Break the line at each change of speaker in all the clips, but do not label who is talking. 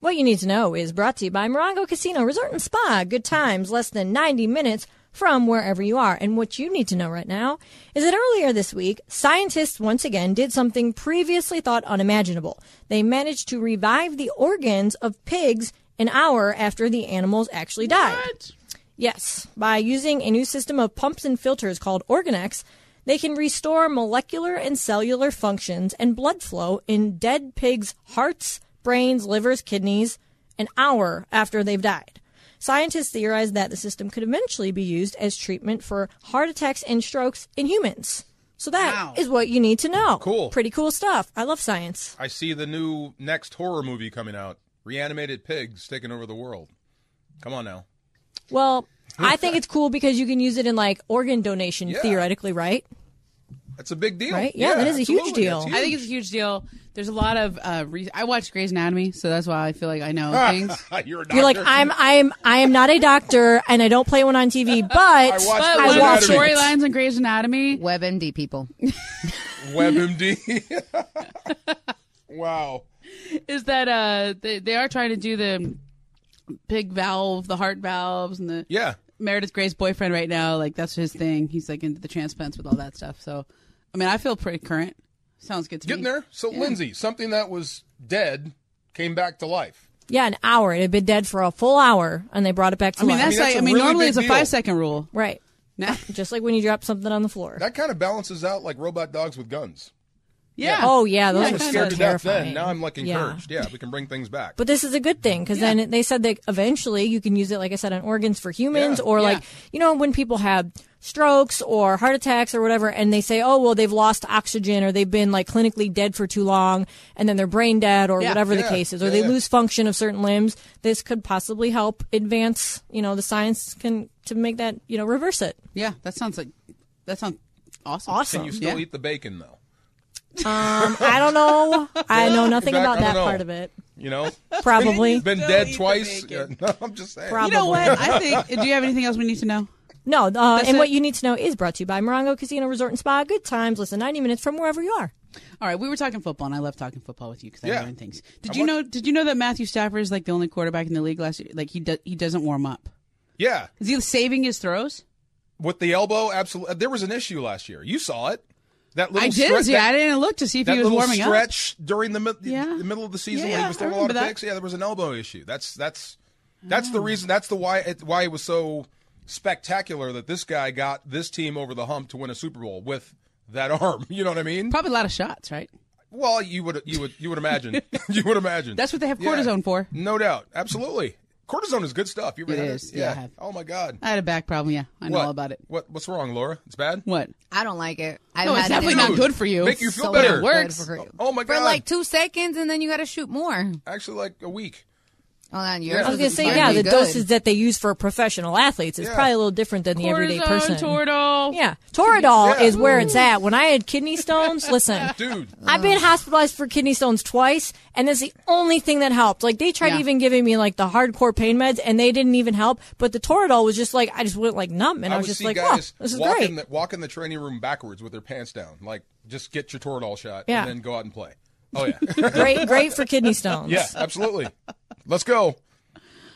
What you need to know is brought to you by Morongo Casino Resort and Spa. Good times, less than 90 minutes from wherever you are. And what you need to know right now is that earlier this week, scientists once again did something previously thought unimaginable. They managed to revive the organs of pigs an hour after the animals actually died. Yes, by using a new system of pumps and filters called Organex, they can restore molecular and cellular functions and blood flow in dead pigs' hearts, brains, livers, kidneys an hour after they've died. Scientists theorized that the system could eventually be used as treatment for heart attacks and strokes in humans. So that is
Wow.
what you need to know.
Cool.
Pretty cool stuff. I love science.
I see the new next horror movie coming out. Reanimated pigs taking over the world. Come on now.
Well, I think it's cool because you can use it in like organ donation
Yeah.
theoretically, right?
That's a big deal.
Right? Yeah, that is a huge
absolutely.
deal.
That's
I think it's a huge deal. There's a lot of. Uh, re- I watch Grey's Anatomy, so that's why I feel like I know
Ah.
things.
huge. You're, a
You're like
doctor.
I'm I'm I am not a doctor and I don't play one on TV, but I
watched
But
Grey's
one
watch
of the
Anatomy.
it.
storylines in Grey's Anatomy,
WebMD people.
WebMD. wow.
is that uh they, they are trying to do the pig valve, the heart valves, and the
Yeah.
Meredith Grey's boyfriend right now. Like that's his thing. He's like into the transplants with all that stuff. So, I mean, I feel pretty current. Sounds good to
Getting
me.
there. So, Lindsay, something that was dead came back to life.
Yeah, an hour. It had been dead for a full hour and they brought it back to
I mean,
life.
that's,
I mean, that's
like.
a
I mean,
really
normally
big
it's a
deal.
five second rule.
right.
Now,
Just like when you drop something on the floor.
That kind of balances out like robot dogs with guns.
yeah.
Oh yeah, those
I
were
was
so
scared to death
terrifying.
then. Now I'm like
Yeah.
encouraged. Yeah, we can bring things back.
But this is a good thing because then they said that eventually you can use it, like I said, on organs for humans
Yeah,
or like,
yeah.
you know, when people have strokes or heart attacks or whatever, and they say, oh, well, they've lost oxygen or they've been like clinically dead for too long and then they're brain dead or
Yeah.
whatever the
Yeah,
case is, or
yeah,
they
yeah.
lose function of certain limbs. This could possibly help advance, you know, the science can to make that, you know, reverse it.
Yeah, that sounds like that sounds awesome.
Awesome.
Can you still
Yeah.
eat the bacon though?
Um, I don't know. I know nothing
Back
about
on
that
the
part
knoll.
of it.
You know,
Probably.
been
Still
dead
eat the
twice.
bacon.
Yeah, no, I'm just saying.
Probably.
You know what? I think. Do you have anything else we need to know?
No, uh, and
it.
what you need to know is brought to you by Morongo Casino Resort and Spa. Good times, less than 90 minutes from wherever you are.
All right, we were talking football, and I love talking football with you because
Yeah.
I learn things. Did you know? Did you know that Matthew Stafford is like the only quarterback in the league last year? Like he do, he doesn't warm up.
Yeah,
Is he saving his throws?
with the elbow, absolutely. There was an issue last year. You saw it. That little
I did.
Stretch,
see,
that,
I didn't look to see if
that
he was
little
warming up.
stretch during the, mid-
Yeah.
the middle of the season
Yeah,
when
yeah,
he was
I
throwing a lot of
remember that. Oh.
picks. Yeah, there was an elbow issue. That's that's that's the reason. That's the why it, why it was so spectacular that this guy got this team over the hump to win a Super Bowl with that arm. You know what I mean?
Probably a lot of shots, right?
Well, you would you would you would imagine you would imagine
That's what they have
Yeah.
cortisone for.
No doubt, absolutely. Cortisone is good stuff. You ever
It
had
is.
It?
Yeah, I have.
Oh my God.
I had a back problem. Yeah, I know
what?
all about it.
What what's wrong, Laura? It's bad.
What?
I don't like it. I
No, it's
had
definitely
it.
not
Dude,
good for you.
Make you feel
So
better.
good
works.
for you.
Oh my
For
God.
like two seconds, and then you got to shoot more.
Actually, like a week.
Hold on,
Yeah.
yours
I
I was going
is
to say,
finally
yeah, the
good.
doses that they use for professional athletes is
Yeah.
probably a little different than the everyday person.
Cortisone, Tortle.
Yeah, Toradol
Yeah.
is where it's at. When I had kidney stones, listen,
Dude.
I've been hospitalized for kidney stones twice, and that's the only thing that helped. Like they tried
Yeah.
even giving me like the hardcore pain meds, and they didn't even help. But the Toradol was just like I just went like numb, and I,
I
was
would
just
see
like, oh,
guys
this is
walk,
great.
in the, walk in the training room backwards with their pants down. Like, just get your Toradol shot
Yeah.
and then go out and play. Oh, yeah.
great, great for kidney stones.
yeah, absolutely. Let's go.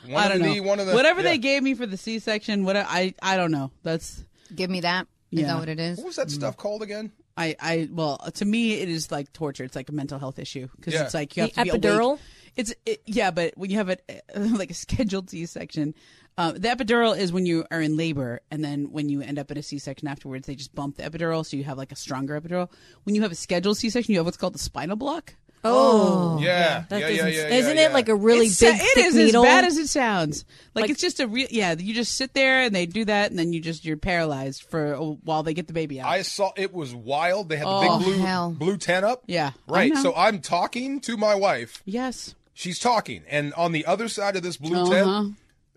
One
I
of
don't
the
know.
knee, one of the.
Whatever
yeah.
they gave me for the C-section, what I I don't know. That's
Give me that. Is
Yeah.
that what it is?
What was that stuff called again?
I, I well to me it is like torture. It's like a mental health issue because
Yeah.
it's like you have
The
to be
epidural?
Awake. It's it, yeah, but when you have it uh, like a scheduled C section, uh, the epidural is when you are in labor, and then when you end up at a C section afterwards, they just bump the epidural so you have like a stronger epidural. When you have a scheduled C section, you have what's called the spinal block.
Oh,
Yeah.
That
yeah, yeah,
doesn't-
yeah,
isn't
yeah,
it like a really
It's-
big
it
thick
is
needle?
as bad as it sounds. Like,
Like-
it's just a real yeah. You just sit there and they do that, and then you just you're paralyzed for a, while they get the baby out.
I saw it was wild. They had the
Oh,
big blue
hell.
blue tent up.
Yeah, I
Right.
know.
So I'm talking to my wife
yes,
she's talking, and on the other side of this blue
Uh-huh.
tent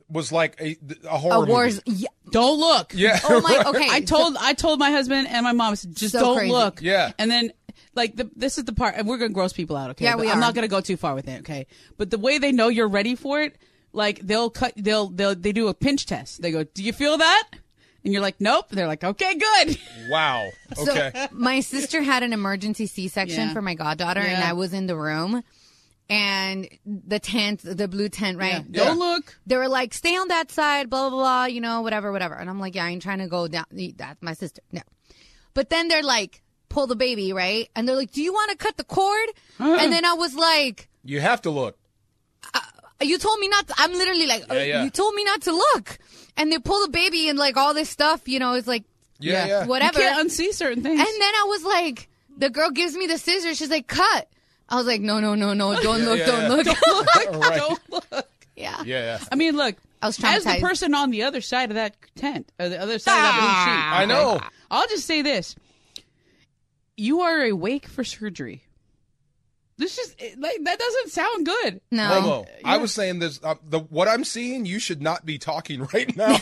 was like a, a horror
A
movie.
wars. Yeah.
Don't look.
Yeah.
Oh my. Okay.
I told I told my husband and my mom I said, just
So
don't
crazy.
look.
Yeah.
And then like the, this is the part and we're gonna gross people out, okay?
Yeah,
But
we
I'm
are.
not gonna go too far with it, okay? But the way they know you're ready for it, like they'll cut they'll they'll they do a pinch test. They go, Do you feel that? And you're like, Nope. They're like, Okay, good.
Wow.
So
Okay.
my sister had an emergency C-section
Yeah.
for my goddaughter, and
Yeah.
I was in the room, and the tent, the blue tent, right?
Don't look.
They were like, "Stay on that side," blah blah blah, you know, whatever, whatever. And I'm like, "Yeah, I ain't trying to go down." That's my sister. No, but then they're like, "Pull the baby," right? And they're like, "Do you want to cut the cord?" And then I was like,
You have to look.
you told me not to, I'm literally like, "Oh,
Yeah, yeah.
you told me not to look. And they pull the baby and like all this stuff, you know, it's like,
Yeah,
Yeah.
yeah.
whatever.
You can't unsee certain things.
and then I was like, the girl gives me the scissors. She's like, cut. I was like, no, no, no, no, don't look,
yeah,
don't
yeah.
look.
Right.
Don't look.
yeah.
Yeah, yeah.
I mean, look.
I was
as the
traumatized.
person on the other side of that tent, or the other side of that blue sheet.
Ah, I know.
I'll just say this: you are awake for surgery. This just it- like that doesn't sound good.
No.
Homo, I was saying this. Uh, the what I'm seeing, you should not be talking right now.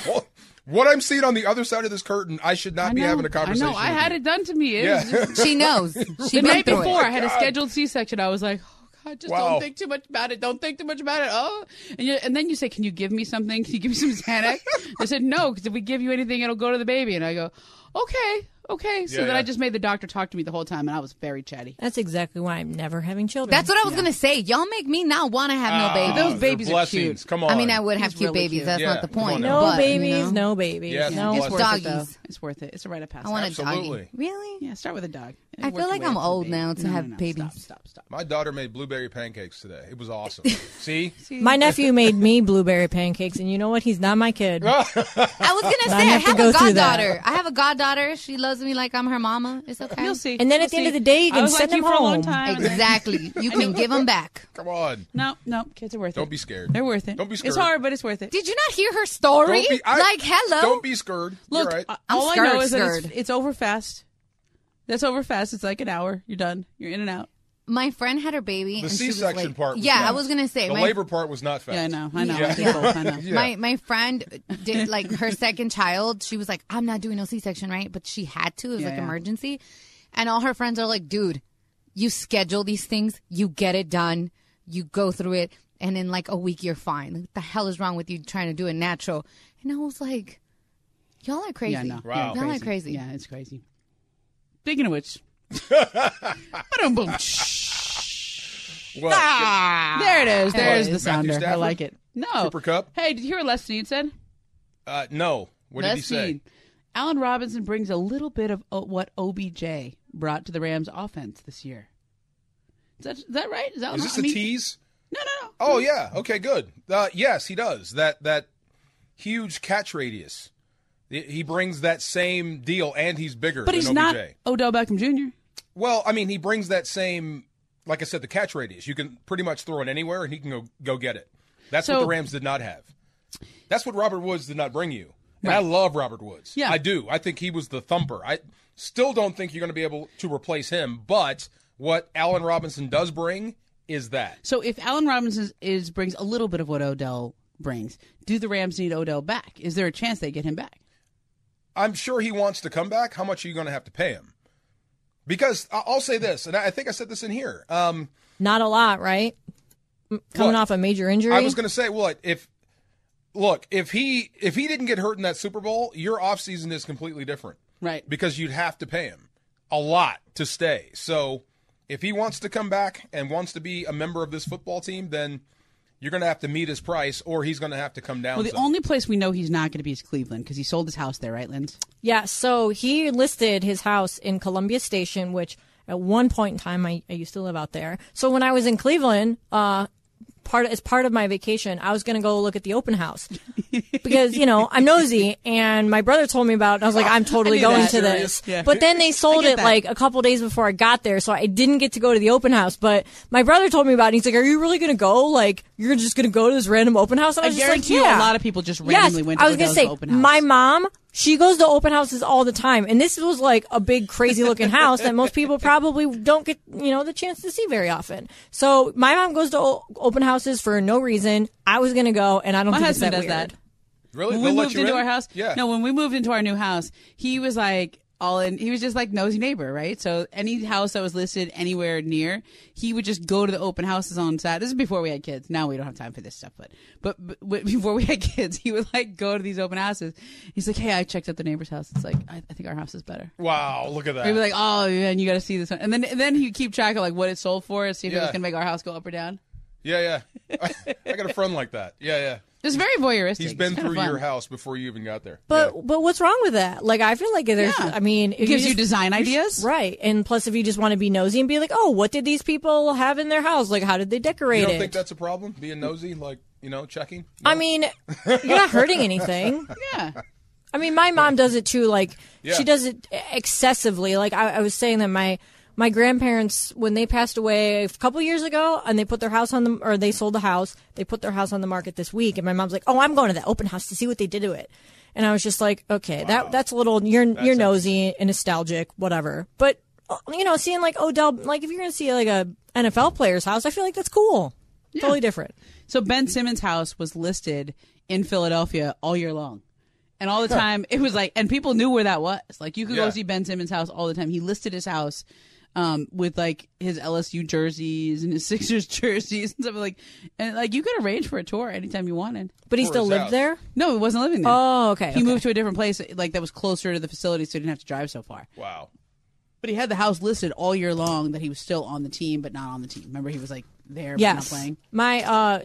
what I'm seeing on the other side of this curtain, I should not
I
be
know,
having a conversation.
I know. I
with
had
you.
it done to me. It
Yeah.
was just-
She knows. She
the night
been through
before,
it.
I had a scheduled C-section. I was like, oh God, just
Oh, Wow.
don't think too much about it. Don't think too much about it. Oh, and, you, and then you say, can you give me something? Can you give me some Xanax? they said, no, because if we give you anything, it'll go to the baby. And I go, okay, okay. So
Yeah,
then
yeah.
I just made the doctor talk to me the whole time, and I was very chatty.
That's exactly why I'm never having children.
That's what I was going to say. Y'all make me not want to have
Ah,
no babies.
those
they're
babies are
blessings.
cute.
Come on.
I mean, I would have
He's
cute
really
babies.
cute.
That's
Yeah,
not the
come on
point.
now.
no
but, you
babies,
know,
no babies,
Yes,
no.
it's
it's worth it, though.
doggies.
It's worth it. It's a rite of passage.
I want a
Absolutely.
doggy. Really?
yeah, start with a dog.
I feel like I'm old now to have babies.
Stop, stop, stop.
My daughter made blueberry pancakes today. It was awesome. See?
My nephew made me blueberry pancakes, and you know what? He's not my kid.
I was going to say, I
have to
have
go
a
through that.
goddaughter. I have a goddaughter. She loves me like I'm her mama. It's okay.
You'll see.
And then at
You'll
the end
see.
of the day, you
I
can
was like
send
you
them
for a long
home.
time. and then-
Exactly. You can give them back.
Come on.
No, no, kids are worth it.
Don't be scared.
They're worth it.
Don't be scared.
It's hard, but it's worth it.
Did you not hear her story?
Don't be, I-
like, hello.
Don't be scared.
Look,
You're right.
uh,
I'm
all I
scared,
know is that it's,
scared.
it's over fast. That's over fast. It's like an hour. You're done. You're in and out.
My friend had her baby.
the
and she
C
was
section
late.
part. was
Yeah, I
fast.
was gonna say
The
my,
labor part was not fast.
Yeah, I know. I know.
Yeah.
I, think both, I know.
Yeah.
my my friend did like her second child. She was like, "I'm not doing no C-section, right?" But she had to. It was
Yeah,
like
yeah.
emergency, and all her friends are like, "Dude, you schedule these things. You get it done. You go through it, and in like a week, you're fine. Like, what the hell is wrong with you trying to do it natural?" And I was like, "Y'all are crazy.
Yeah, no.
Wow.
Y'all are crazy."
Yeah, it's crazy. Speaking of which, Ba-dum, boom.
Well,
Ah!
Ah!
there it is.
What,
There's the
Matthew
sounder. I
Stafford?
like it. No.
Cooper Cup?
Hey, did you hear what Les Snead said?
uh, no. What did he say?
Allen Robinson brings a little bit of o- what OBJ brought to the Rams offense this year. Is that, is that right? Is, that
Is this
I
a
mean-
tease?
No, no, no.
Oh yeah. Okay. Good. Uh, yes, he does that. That huge catch radius. He- He brings that same deal, and he's bigger.
But
than
he's
OBJ.
not Odell Beckham Jr.
Well, I mean, he brings that same. Like I said, the catch radius. You can pretty much throw it anywhere, and he can go go get it. That's what
So-
the Rams did not have. That's what Robert Woods did not bring you. And I love Robert Woods.
Yeah.
I do. I think he was the thumper. I still don't think you're going to be able to replace him. But what Allen Robinson does bring is that.
So if Allen Robinson is, is brings a little bit of what Odell brings, do the Rams need Odell back? Is there a chance they get him back?
I'm sure he wants to come back. How much are you going to have to pay him? Because I- I'll say this, and I I think I said this in here. Um,
Not a lot, right? M- Coming
What?
off a major injury.
I was going to say, well, if look, if he if he didn't get hurt in that Super Bowl, your offseason is completely different
Right.
because you'd have to pay him a lot to stay. So if he wants to come back and wants to be a member of this football team, then you're going to have to meet his price, or he's going to have to come down.
Well, the
some.
only place we know he's not going to be is Cleveland because he sold his house there, right, Linz?
Yeah, so he listed his house in Columbia Station, which at one point in time I, I used to live out there. So when I was in Cleveland, uh, part as part of my vacation, I was going to go look at the open house because you know I'm nosy, and my brother told me about. it. and I was like, I'm totally
I knew
going
that.
to
Serious?
this.
Yeah.
But then they sold
get
it
that.
like a couple days before I got there, so I didn't get to go to the open house. But my brother told me about. it. and He's like, Are you really going to go? Like you're just going to go to this random open house? And I,
I
was
guarantee
just like,
you
yeah.
a lot of people just randomly
yes,
went to
I was
Odell's
gonna say
open house.
my mom She goes to open houses all the time, and this was like a big crazy looking house that most people probably don't get, you know, the chance to see very often. So my mom goes to o- open houses for no reason. I was gonna go, and I don't
My
think it's
husband
that
does
weird.
that.
Really?
When
They'll
we
let
moved
you
into
in?
our house,
Yeah.
no, when we moved into our new house, he was like all in. He was just like nosy neighbor, right? So any house that was listed anywhere near, he would just go to the open houses on Saturday. This is before we had kids. Now we don't have time for this stuff, but but, but w- before we had kids, he would like go to these open houses. He's like, hey, I checked out the neighbor's house. It's like I, I think our house is better.
wow, look at that.
He'd be like, oh man, you got to see this one, and then and then he'd keep track of like what it sold for, and see if it was
Yeah.
gonna make our house go up or down.
yeah, yeah. I, got a friend like that. Yeah, yeah.
It's very voyeuristic.
He's
It's
been
kinda
through
fun.
your house before you even got there.
But but what's wrong with that? Like I feel like there's.
Yeah.
I mean, if
It gives you
just-
design ideas.
Right, and plus, if you just want to be nosy and be like, "Oh, what did these people have in their house? Like, how did they
Yeah.
decorate
You don't
it?"
think that's a problem? Being nosy, like you know, checking.
I mean, you're not hurting anything.
Yeah.
I mean, my mom does it too. Like
Yeah.
she does it excessively. Like I, I was saying that my my grandparents when they passed away a couple years ago, and they put their house on the or they sold the house. They put their house on the market this week, and my mom's like, "Oh, I'm going to that open house to see what they did to it." And I was just like, "Okay, that that's a little you're you're nosy and nostalgic, whatever." But uh, you know, seeing like Odell, like if you're gonna see like a NFL player's house, I feel like that's cool. Totally different.
So Ben Simmons' house was listed in Philadelphia all year long. And all the time it was like and people knew where that was. Like you could
Yeah.
go see Ben Simmons' house all the time. He listed his house um, with like his LSU jerseys and his Sixers jerseys and stuff like and like you could arrange for a tour anytime you wanted.
But he
Or
still
his
lived
house.
there.
No, he wasn't living there.
Oh, okay,
He
okay.
moved to a different place like that was closer to the facility so he didn't have to drive so far.
Wow.
But he had the house listed all year long that he was still on the team but not on the team. Remember he was like there but not
Yes.
playing.
My uh,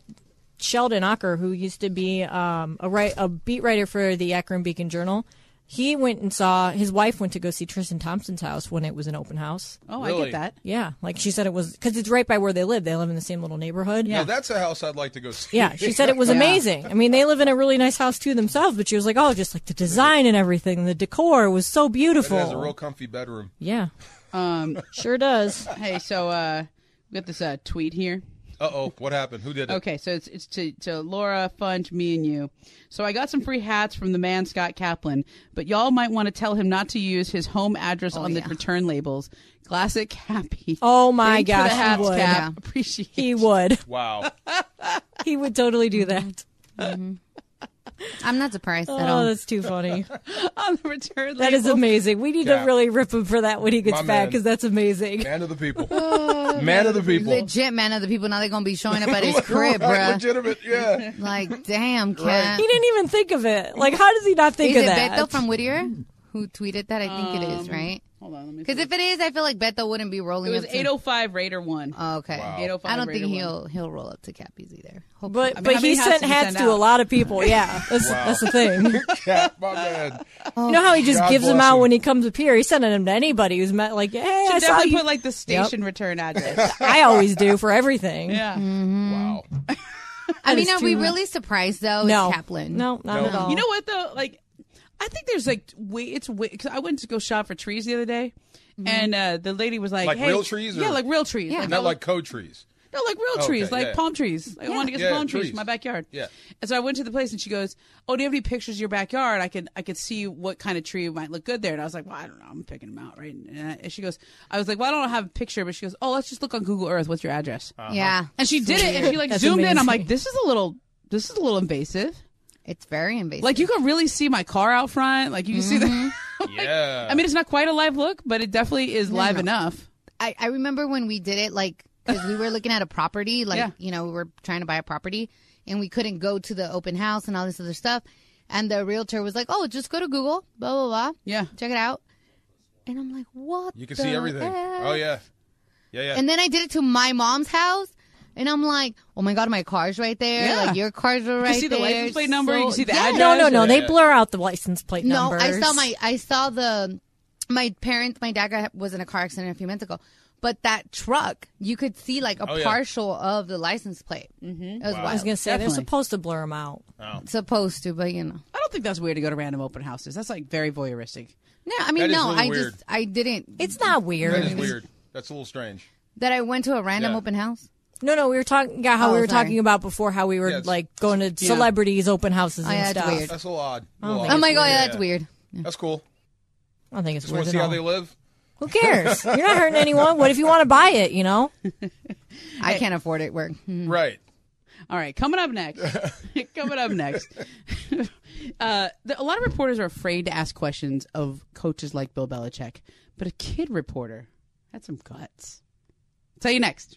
Sheldon Ocker, who used to be um, a write, a beat writer for the Akron Beacon Journal, he went and saw his wife went to go see Tristan Thompson's house when it was an open house.
Oh, I
Really?
get that.
Yeah, like she said it was because it's right by where they live. They live in the same little neighborhood.
Now that's a house I'd like to go see.
Yeah, she said it was amazing. I mean, they live in a really nice house too themselves, but she was like, "Oh, just like the design and everything, the decor was so
It has a
beautiful."
real comfy bedroom.
yeah,
Um
sure does.
Hey, so uh, we got this uh, tweet here.
Uh oh, what happened? Who did it?
Okay, so it's, it's to, to Laura, Funch, me, and you. So I got some free hats from the man, Scott Kaplan, but y'all might want to tell him not to use his home address on the return labels. Classic Cappy.
Oh my
Thanks for the
gosh, he
hats,
would.
Cap.
Yeah.
Appreciate
He would.
Wow.
He would totally do that.
I'm not surprised at
Oh,
all.
that's too funny.
on the return label.
That is amazing. We need to
Cap.
really rip him for that when he gets
My
back
man.
because that's amazing.
Man of the people. man of the people.
Legit Oh, man of the people. Now they're gonna be showing up at his crib,
Right,
bruh.
legitimate, yeah.
Like, damn, Kat.
He didn't even think of it. Like, how does he not think
Is
of
it
that?
Beto from Whittier who tweeted that? I think it
Um,
is, right?
Hold on, let me.
Because if it is, I feel like Beto wouldn't be rolling
It was
up. to-
805 Raider 1.
Oh, okay.
oh- Wow.
805
I don't think
Raider one.
he'll he'll roll up to Cappy's either. Hopefully.
but
mean,
but
how
he
many hats
sent
did he
hats
send
to a
out?
lot of people. Yeah, that's that's the thing. You
Yeah, my man.
Um,
know how he just
God
gives them
bless
out
him.
when he comes up here. He's sending them to anybody who's met. Like, hey, I
should
saw
definitely
you.
put like the station return address.
I always do for everything.
yeah.
Wow.
I mean,
is
are we
too-
really surprised though?
No,
It's Kaplan.
No, not
No.
at all.
You know what though? Like, I think there's like way it's way because I went to go shop for trees the other day,
Mm-hmm.
and uh, the lady was like,
Like
hey,
real trees or-
Yeah, like real trees.
Yeah.
Like,
Not
I-
like code trees.
no, like real
Okay,
trees, like
yeah.
palm trees. Like, I wanted to get
Yeah,
some palm trees
trees.
for my backyard.
Yeah.
And so I went to the place, and she goes, "Oh, do you have any pictures of your backyard? I could I could see what kind of tree might look good there." And I was like, "Well, I don't know. I'm picking them out, right?" And, I, and she goes, "I was like, well, I don't have a picture," but she goes, "Oh, let's just look on Google Earth. What's your address?"
Uh-huh.
Yeah.
and she did it, and she like
That's
zoomed in. I'm
amazing.
like, "This is a little." This is a little invasive.
It's very invasive.
Like you can really see my car out front. Like you can see the
Oh
Yeah.
I mean, it's not quite a live look, but it definitely is live enough.
I, I remember when we did it, like, because we were looking at a property, like,
Yeah.
you know, we were trying to buy a property and we couldn't go to the open house and all this other stuff. And the realtor was like, oh, just go to Google, blah, blah, blah.
Yeah.
Check it out. And I'm like, what?
you can
the
see everything.
F?
Oh yeah. Yeah, yeah.
And then I did it to my mom's house. And I'm like, oh my God, my car's right there.
Yeah.
Like, your car's right there.
You can see the license plate number. you can see the
yeah.
address.
no, no, no. They
Yeah.
blur out the license plate
No,
numbers.
I saw my I saw the my parents. My dad got, was in a car accident a few minutes ago, but that truck you could see like a
Oh,
yeah.
partial of the license plate. Mm-hmm. It was
I was
wild.
gonna say
Definitely.
they're supposed to blur them out.
supposed to, but you know,
I don't think that's weird to go to random open houses. That's like very voyeuristic.
no. I
That
mean,
is
no.
really
I
weird.
just I didn't
It's not weird.
that is weird. That's a little strange.
that I went to a random
Yeah.
open house.
No, no, we were talking about how
Oh,
we were
sorry.
talking about before how we were
Yes.
like going to celebrities' open houses and
yeah, it's
stuff.
weird.
That's a little odd. A little
Oh
odd.
my god,
Yeah.
that's weird.
That's cool.
I don't think it's
Just want
worth it.
to see how
All.
they live.
Who cares? You're not hurting anyone. What if you want to buy it? You know,
I can't afford it. Work.
Right.
All right, coming up next. coming up next. uh, the, a lot of reporters are afraid to ask questions of coaches like Bill Belichick, but a kid reporter, that's some guts. Tell you next.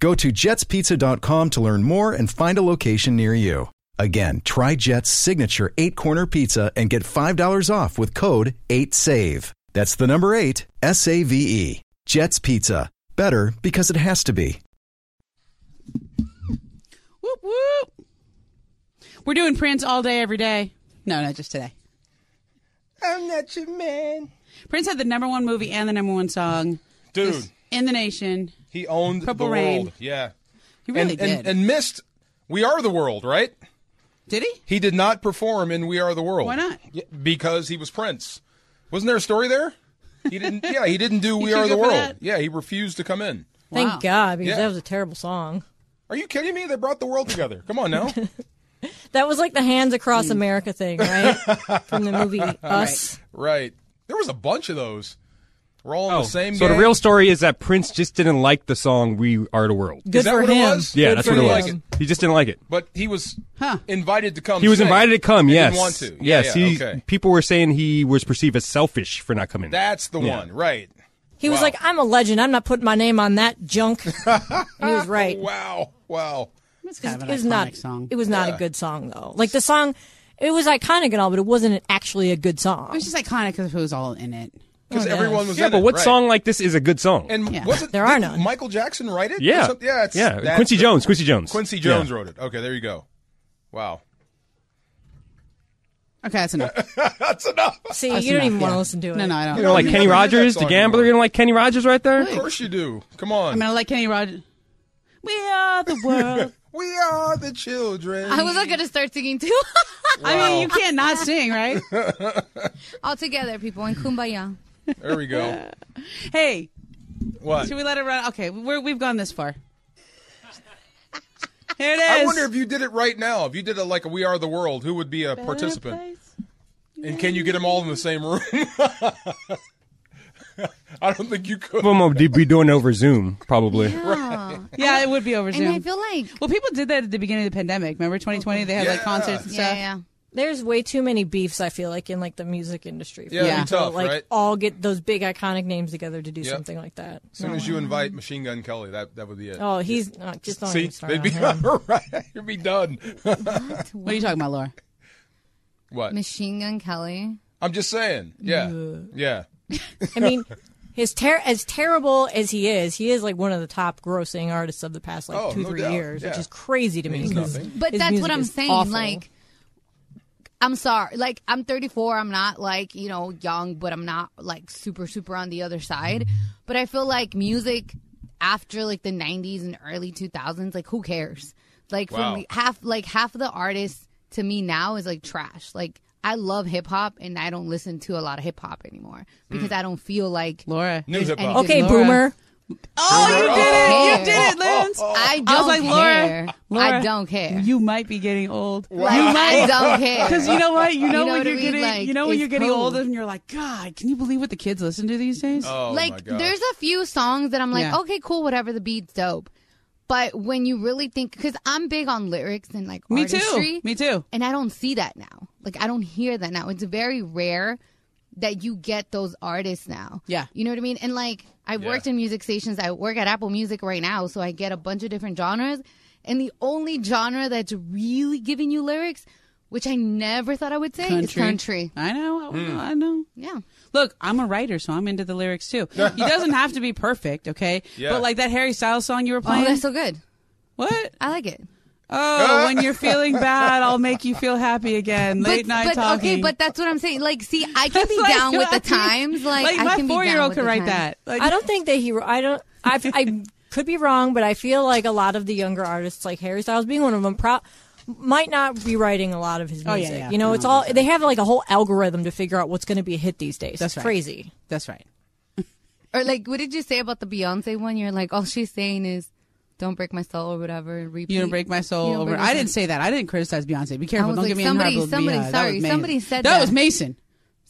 Go to jetspizza.com to learn more and find a location near you. Again, try Jet's signature eight corner pizza and get $5 off with code 8SAVE. That's the number eight, S A V E. Jet's Pizza. Better because it has to be.
Whoop, whoop. We're doing Prince all day, every day. No, not just today.
I'm not your man.
Prince had the number one movie and the number one song
Dude,
Just in the nation.
he owned
Purple
the
Rain.
world. Yeah.
He really
and,
did.
And, and missed We Are the World, right?
did he?
He did not perform in We Are the World.
Why not?
Yeah, Because he was Prince. Wasn't there a story there? He didn't Yeah, he didn't do We
should
Are the
go for
World.
that.
Yeah, he refused to come in.
thank
Wow.
God because
Yeah.
that was a terrible song.
Are you kidding me? They brought the world together. Come on now.
That was like the hands
Mm.
across America thing, right? From the movie Us.
right. There was a bunch of those. We're all in
Oh,
the same
so the
gang.
real story is that Prince just didn't like the song "We Are the World."
Good
that
for
what it
him.
was?
Yeah,
Good
that's
for
what it was.
him.
He just didn't like it.
But he was
Huh.
invited to come.
He was
sing.
invited to come.
He
Yes,
didn't want to. Yeah,
Yes,
yeah,
he.
okay.
People were saying he was perceived as selfish for not coming.
That's the one, right?
He was
Wow.
like, "I'm a legend. I'm not putting my name on that junk." And he was right.
Wow, wow.
It's kind of an
it was
iconic
not.
song.
It was not a good song though. Like the song, it was iconic and all, but it wasn't actually a good song.
It was just iconic because who was all in it.
Because
Oh,
everyone
yes.
was
yeah,
in
but
it,
what
right.
song like this is a good song?
And
Yeah.
was it?
There are
did
none.
Michael Jackson write it? or
yeah,
something? yeah, it's,
yeah.
that's
Quincy
the-
Jones. Quincy Jones.
Quincy Jones
Yeah.
wrote it. Okay, there you go. Wow,
Okay, that's enough.
that's enough. Of
See,
That's
you don't
enough,
even want
yeah.
to listen to it.
No, no, I don't.
You don't like
You
Kenny
never hear that
Rogers, the
song
gambler.
anymore.
You don't like Kenny Rogers right there.
course you do. Come
I'm
on.
gonna like Kenny Rogers. We are the world.
we are the children.
I was like gonna start singing too.
I mean, you can't not sing, right?
All together, people, and kumbaya.
there we go.
hey,
What?
should we let it run? Okay, we're, we've gone this far. Here it is.
I wonder if you did it right now. If you did it like a We Are the World, who would be a participant? And can you get them all in the same room? I don't think you could.
Some of them would be doing over Zoom probably.
Yeah.
Yeah, it would be over
And
Zoom.
I feel like
well, people did that at the beginning of the pandemic. Remember 2020? They had like
Yeah.
concerts and
yeah,
stuff.
yeah.
There's way too many beefs. I feel like in like the music industry. for
Yeah, it'd
Yeah.
be tough,
like
right?
all get those big iconic names together to do
Yep.
something like that.
As soon as you invite Machine Gun Kelly, that, that would be it.
Oh, he's not just don't
See,
even start
they'd be
on him.
right. You'd be done.
What are you talking about, Laura?
What?
Machine Gun Kelly.
I'm just saying. Yeah, yeah.
I mean, his ter- as terrible as he is, he is like one of the top grossing artists of the past like
Oh,
two
no
three
doubt.
years, which
Yeah.
is crazy to me.
Means
'cause
nothing.
But
his
that's what
music
I'm
is
saying.
awful.
Like, I'm sorry. Like, I'm 34. I'm not like you know young, but I'm not like super super on the other side. But I feel like music after like the 90s and early 2000s, like who cares? Like
Wow.
from the- half like half of the artists to me now is like trash. Like I love hip hop and I don't listen to a lot of hip hop anymore because I don't feel like
Laura.
New hip hop.
anything-
okay,
Laura.
boomer.
Oh, you did it! You
Care.
did it, Lance.
oh, I don't
Oh. I was like,
care.
Laura, Laura,
I don't care.
You might be getting old.
Like, I don't care.
Because you know what? You know,
know
when
what I
you're
mean?
getting,
Like,
you know when
it's
you're getting
cool.
older, and you're like, God, can you believe what the kids listen to these days?
Oh, my
like
God.
there's a few songs that I'm like,
Yeah.
okay, cool, whatever. The beat's dope, but when you really think, because I'm big on lyrics and like
Me
artistry,
too. Me too.
and I don't see that now. Like I don't hear that now. It's very rare that you get those artists now.
Yeah.
You know what I mean? And like I
Yeah.
worked in music stations. I work at Apple Music right now, so I get a bunch of different genres. And the only genre that's really giving you lyrics, which I never thought I would say, is country.
I know. I,
Hmm.
I know.
Yeah. Oh,
Look, I'm a writer, so I'm into the lyrics too. He doesn't have to be perfect, okay?
Yeah.
But like that Harry Styles song you were
Oh,
playing.
that's so good.
what?
I like it.
Oh, when you're feeling bad, I'll make you feel happy again. Late
but,
night
but,
talking.
Okay, but that's what I'm saying. Like, see, I can be
Like,
down with the
I mean,
times. Like, I
my
can be down
four-year-old
with
could
the
write
times.
that. Like,
I don't think that he. I don't. I, I could be wrong, but I feel like a lot of the younger artists, like Harry Styles being one of them, pro- might not be writing a lot of his music.
Oh, yeah, yeah.
You know, it's all they have like a whole algorithm to figure out what's going to be a hit these days.
That's
That's
right.
crazy.
That's right.
Or like, what did you say about the Beyonce one? You're like, all she's saying is, "Don't break my soul" or whatever. and Repeat.
You don't break my soul
You don't
over.
break my
I
soul.
didn't say that. I didn't criticize Beyonce. Be careful.
was
Don't
like,
give me
somebody-
an honorable
somebody-
Beehive. That
sorry,
was Mason.
somebody said
that.
that.
was Mason.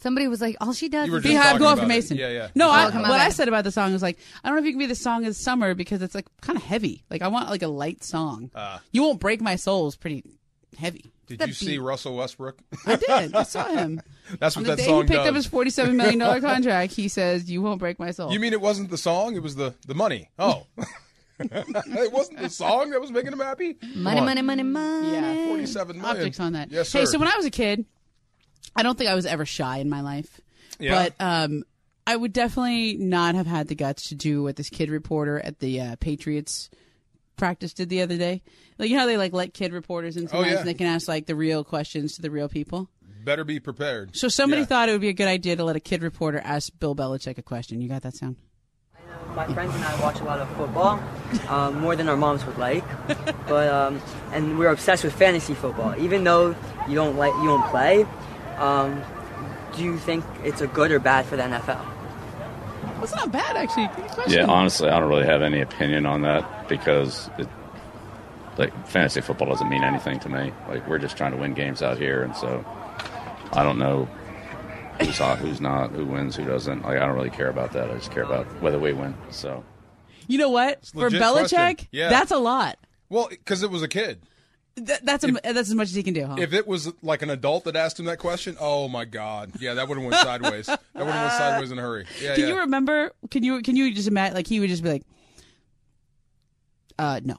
Somebody was like, "All she does."
You were
is
just
repeat."
Beehive,
talking
go off
about
for
it.
Mason.
Yeah, yeah.
No, I,
Oh, come on,
what I
man.
said about the song is like, I don't know if you can be the song of summer because it's like kind of heavy. Like I want like a light song.
Uh.
you won't break my soul is pretty heavy.
Did
That
you see
beat.
Russell Westbrook?
I did. I saw him.
That's
On
what
the
that
day
song
he picked
does.
up his forty-seven million dollar contract, he says, "You won't break my soul."
you mean it wasn't the song? It was the the money. Oh, it wasn't the song that was making him happy.
Money, money, money, money.
Yeah.
Forty-seven million.
optics on that.
Yes, sir.
Hey, so when I was a kid, I don't think I was ever shy in my life.
Yeah.
But um, I would definitely not have had the guts to do what this kid reporter at the uh, Patriots practice did the other day. Like you know how they like let kid reporters in sometimes
Oh, yeah.
and they can ask like the real questions to the real people.
better be prepared.
So somebody
Yeah.
thought it would be a good idea to let a kid reporter ask Bill Belichick a question. You got that sound?
My friends and I watch a lot of football, uh, more than our moms would like, but um, and we're obsessed with fantasy football. Even though you don't like, you don't play. Um, do you think it's a good or bad for the NFL?
That's not bad actually. Good question.
Yeah, honestly, I don't really have any opinion on that because it, like fantasy football doesn't mean anything to me. Like we're just trying to win games out here, and so I don't know who's hot, who's not, who wins, who doesn't. Like I don't really care about that. I just care about whether we win. So
You know what? For
legit
Belichick,
question. Yeah.
that's a lot.
Well, because it was a kid.
Th- that's a, that's as much as he can do, huh?
If it was like an adult that asked him that question, oh my god, yeah, that would have went sideways. That would have went sideways in a hurry. Yeah,
Can
yeah.
you remember? Can you can you just imagine? Like he would just be like, "Uh, no.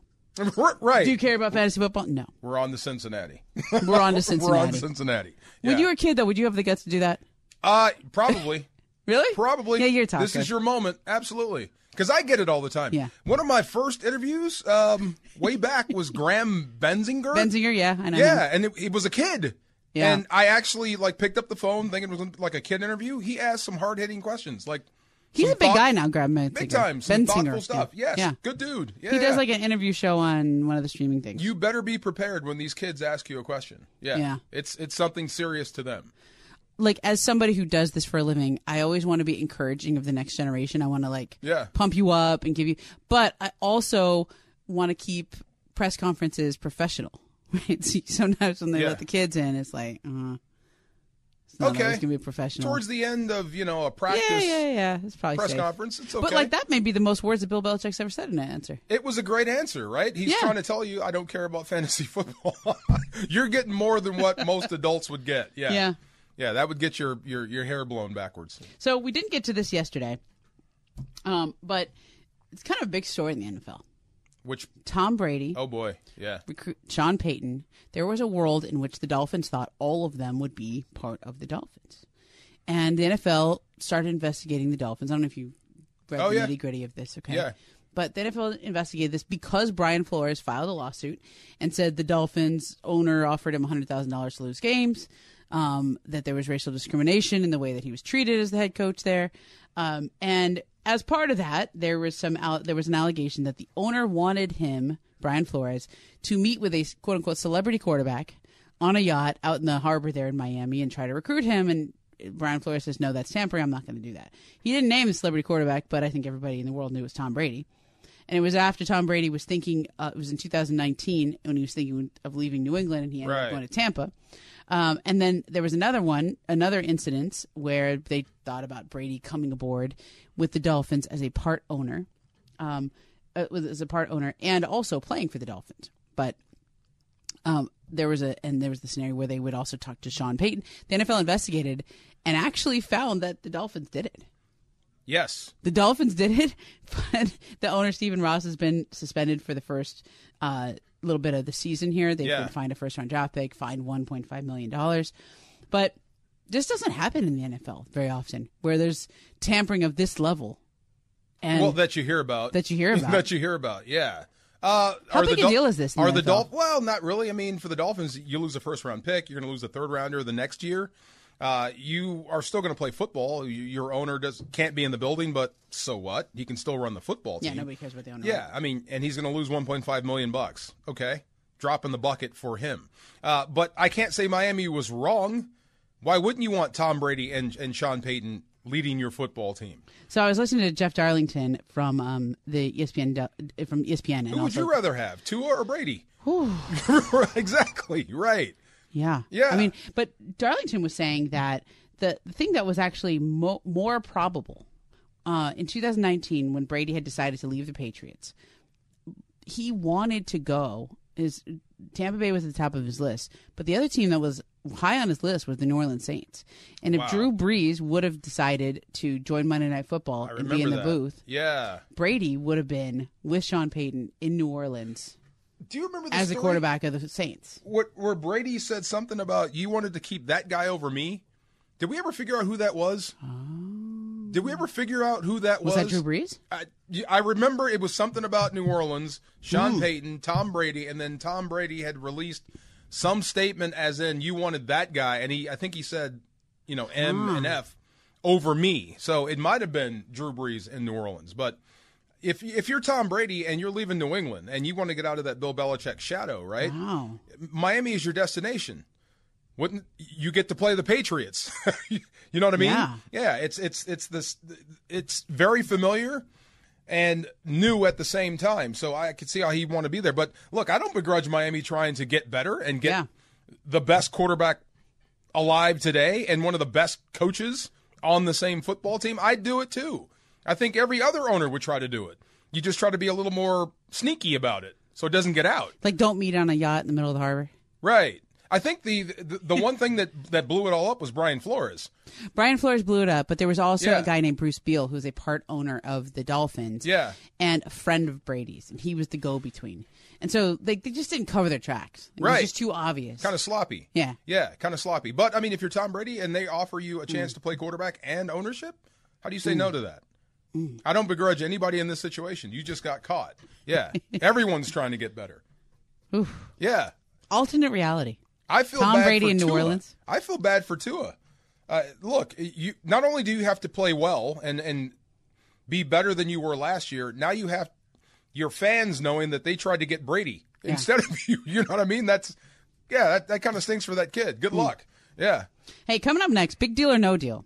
right?
Do you care about fantasy football? No.
We're on to Cincinnati.
We're on to Cincinnati.
We're on to Cincinnati.
When
Yeah.
you were a kid, though, would you have the guts to do that?
uh, probably.
Really?
Probably.
Yeah, you're talking.
This is your moment. Absolutely. Because I get it all the time.
Yeah.
One of my first interviews um, way back was Graham Benzinger.
Benzinger. Yeah, I know. him.
Yeah, and it, it was a kid.
Yeah.
And I actually like picked up the phone thinking it was like a kid interview. He asked some hard hitting questions, like
he's
some
a big
thought-
guy now. Graham Benzinger.
big time, some
Benzinger.
thoughtful stuff.
Yeah.
Yes,
Yeah.
good dude. Yeah,
He does
yeah.
like an interview show on one of the streaming things.
You better be prepared when these kids ask you a question. Yeah,
Yeah.
it's it's something serious to them.
like as somebody who does this for a living, I always want to be encouraging of the next generation. I want to like
Yeah.
pump you up and give you, but I also want to keep press conferences professional. Right? So sometimes when they
Yeah.
let the kids in, it's like, uh, it's not
Okay.
always gonna be professional.
Towards the end of you know a
yeah,
practice
yeah, yeah. It's probably
press
safe.
conference, it's okay.
But like that may be the most words that Bill Belichick's ever said in an answer.
It was a great answer, right? He's
Yeah.
trying to tell you, I don't care about fantasy football. You're getting more than what most adults would get. Yeah.
Yeah.
Yeah, that would get your, your, your hair blown backwards.
So we didn't get to this yesterday, um, but it's kind of a big story in the NFL.
Which,
Tom Brady.
oh boy. Yeah.
recruit Sean Payton, there was a world in which the Dolphins thought all of them would be part of the Dolphins. And the NFL started investigating the Dolphins. I don't know if you read
Oh,
the
yeah.
nitty gritty of this, okay?
Yeah.
But the NFL investigated this because Brian Flores filed a lawsuit and said the Dolphins owner offered him $100,000 to lose games, um, that there was racial discrimination in the way that he was treated as the head coach there. Um, and as part of that, there was some al- there was an allegation that the owner wanted him, Brian Flores, to meet with a quote unquote celebrity quarterback on a yacht out in the harbor there in Miami and try to recruit him. And Brian Flores says, "No, that's tampering. I'm not going to do that." He didn't name the celebrity quarterback, but I think everybody in the world knew it was Tom Brady. And it was after Tom Brady was thinking, uh, it was in 2019 when he was thinking of leaving New England and he ended
Right.
up going to Tampa. Um, and then there was another one, another incident where they thought about Brady coming aboard with the Dolphins as a part owner, um, uh, was- as a part owner, and also playing for the Dolphins. But um, there was a and there was the scenario where they would also talk to Sean Payton. The NFL investigated and actually found that the Dolphins did it.
Yes.
The Dolphins did it, but the owner Stephen Ross has been suspended for the first uh, little bit of the season here. They've
Yeah.
been fined a first round draft pick, fined one point five million dollars. But this doesn't happen in the NFL very often, where there's tampering of this level. And
well, that you hear about.
that you hear about.
that you hear about. Yeah. Uh,
How
are the
big a
Dol-
deal is this in
Are
the
the
NFL?
Dolphins? Well, not really. I mean, for the Dolphins, you lose a first round pick. You're going to lose a third rounder the next year. Uh, you are still going to play football. You, your owner does can't be in the building, but so what? He can still run the football
yeah,
team.
nobody cares about the owner.
Yeah, I mean, and he's going to lose 1.5 million bucks. Okay, drop in the bucket for him. Uh, but I can't say Miami was wrong. Why wouldn't you want Tom Brady and and Sean Payton leading your football team?
So I was listening to Jeff Darlington from um, the ESPN del- from E ESPN, and
Who would
also,
you rather have, Tua or Brady? exactly right.
yeah,
Yeah.
I mean, but Darlington was saying that the, the thing that was actually mo- more probable uh, in 2019 when Brady had decided to leave the Patriots, he wanted to go. Is Tampa Bay was at the top of his list, but the other team that was high on his list was the New Orleans Saints. And if
Wow.
Drew Brees would have decided to join Monday Night Football
I
and
remember
be in the
that.
booth,
Yeah.
Brady would have been with Sean Payton in New Orleans
Do you remember the
as the
story
quarterback of the Saints.
What where Brady said something about you wanted to keep that guy over me? Did we ever figure out who that was? Did we ever figure out who that was?
Oh. Was, that Drew Brees?
I, I remember it was something about New Orleans, Sean Payton, Tom Brady, and then Tom Brady had released some statement as in you wanted that guy, and he I think he said, you know, M and
Ah.
F over me. So it might have been Drew Brees in New Orleans, but if if you're Tom Brady and you're leaving New England and you want to get out of that Bill Belichick shadow, right?
Wow.
Miami is your destination. Wouldn't you get to play the Patriots? you know what I mean?
Yeah.
It's it's it's this. It's very familiar and new at the same time. So I could see how he'd want to be there. But look, I don't begrudge Miami trying to get better and get
Yeah.
the best quarterback alive today and one of the best coaches on the same football team. I'd do it too. I think every other owner would try to do it. You just try to be a little more sneaky about it so it doesn't get out.
Like, don't meet on a yacht in the middle of the harbor.
Right. I think the the, the one thing that that blew it all up was Brian Flores.
Brian Flores blew it up, but there was also
Yeah.
a guy named Bruce Beal who's a part owner of the Dolphins.
Yeah.
And a friend of Brady's. And he was the go between. And so they, they just didn't cover their tracks. It
Right.
was just too obvious.
Kind of sloppy.
Yeah.
Yeah, kind of sloppy. But I mean, if you're Tom Brady and they offer you a chance to play quarterback and ownership, how do you say no to that? I don't begrudge anybody in this situation. You just got caught. Yeah. Everyone's trying to get better. Yeah.
alternate reality.
I feel
Tom
bad
Brady
for
in New
Tua.
Orleans.
I feel bad for Tua. Uh, look, you not only do you have to play well and and be better than you were last year, now you have your fans knowing that they tried to get Brady instead of you. You know what I mean? That's yeah, that, that kind of stinks for that kid. Good luck. Yeah.
Hey, coming up next, big deal or no deal.